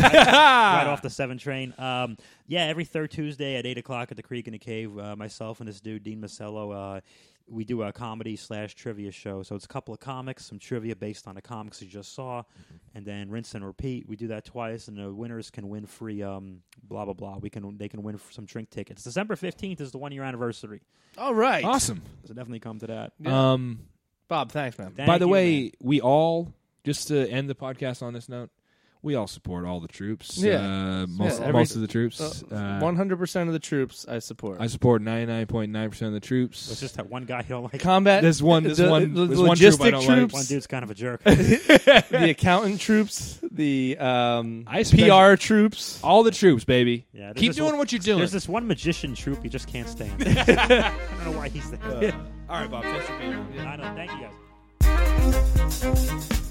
[SPEAKER 4] right off the 7 train. Um, yeah, every third Tuesday at 8 o'clock at the Creek in the Cave, uh, myself and this dude, Dean Masello, uh, we do a comedy slash trivia show. So it's a couple of comics, some trivia based on the comics you just saw,
[SPEAKER 1] Mm-hmm.
[SPEAKER 4] and then rinse and repeat. We do that twice, and the winners can win free um, blah, blah, blah. We can They can win some drink tickets. December 15th is the one year anniversary.
[SPEAKER 3] all right,
[SPEAKER 1] Awesome.
[SPEAKER 4] So definitely come to that.
[SPEAKER 1] Um,
[SPEAKER 3] Bob. Thanks, man.
[SPEAKER 4] Thank
[SPEAKER 1] by the
[SPEAKER 4] you,
[SPEAKER 1] way,
[SPEAKER 4] man.
[SPEAKER 1] we all just to end the podcast on this note. We all support all the troops.
[SPEAKER 3] Yeah.
[SPEAKER 1] uh, most,
[SPEAKER 3] every-
[SPEAKER 1] most of the troops. Uh,
[SPEAKER 3] 100 percent of the troops I support.
[SPEAKER 1] I support ninety nine point nine percent of the troops.
[SPEAKER 4] It's just that one guy you don't like.
[SPEAKER 3] Combat.
[SPEAKER 1] There's one- there's
[SPEAKER 3] the,
[SPEAKER 1] one-
[SPEAKER 3] the
[SPEAKER 1] there's one troop
[SPEAKER 3] logistic
[SPEAKER 1] I don't like.
[SPEAKER 4] One
[SPEAKER 3] troops,
[SPEAKER 4] dude's kind of a jerk.
[SPEAKER 3] the accountant troops, the um,
[SPEAKER 1] I spend-
[SPEAKER 3] PR troops.
[SPEAKER 1] all the troops, baby.
[SPEAKER 4] Yeah, there's
[SPEAKER 1] Keep
[SPEAKER 4] this
[SPEAKER 1] doing
[SPEAKER 4] one-
[SPEAKER 1] what you're doing.
[SPEAKER 4] There's this one magician troop you just can't stand. I don't
[SPEAKER 1] Uh,
[SPEAKER 4] know why he's there.
[SPEAKER 1] all right, Bob. Thanks for being here.
[SPEAKER 4] I know. Thank you guys.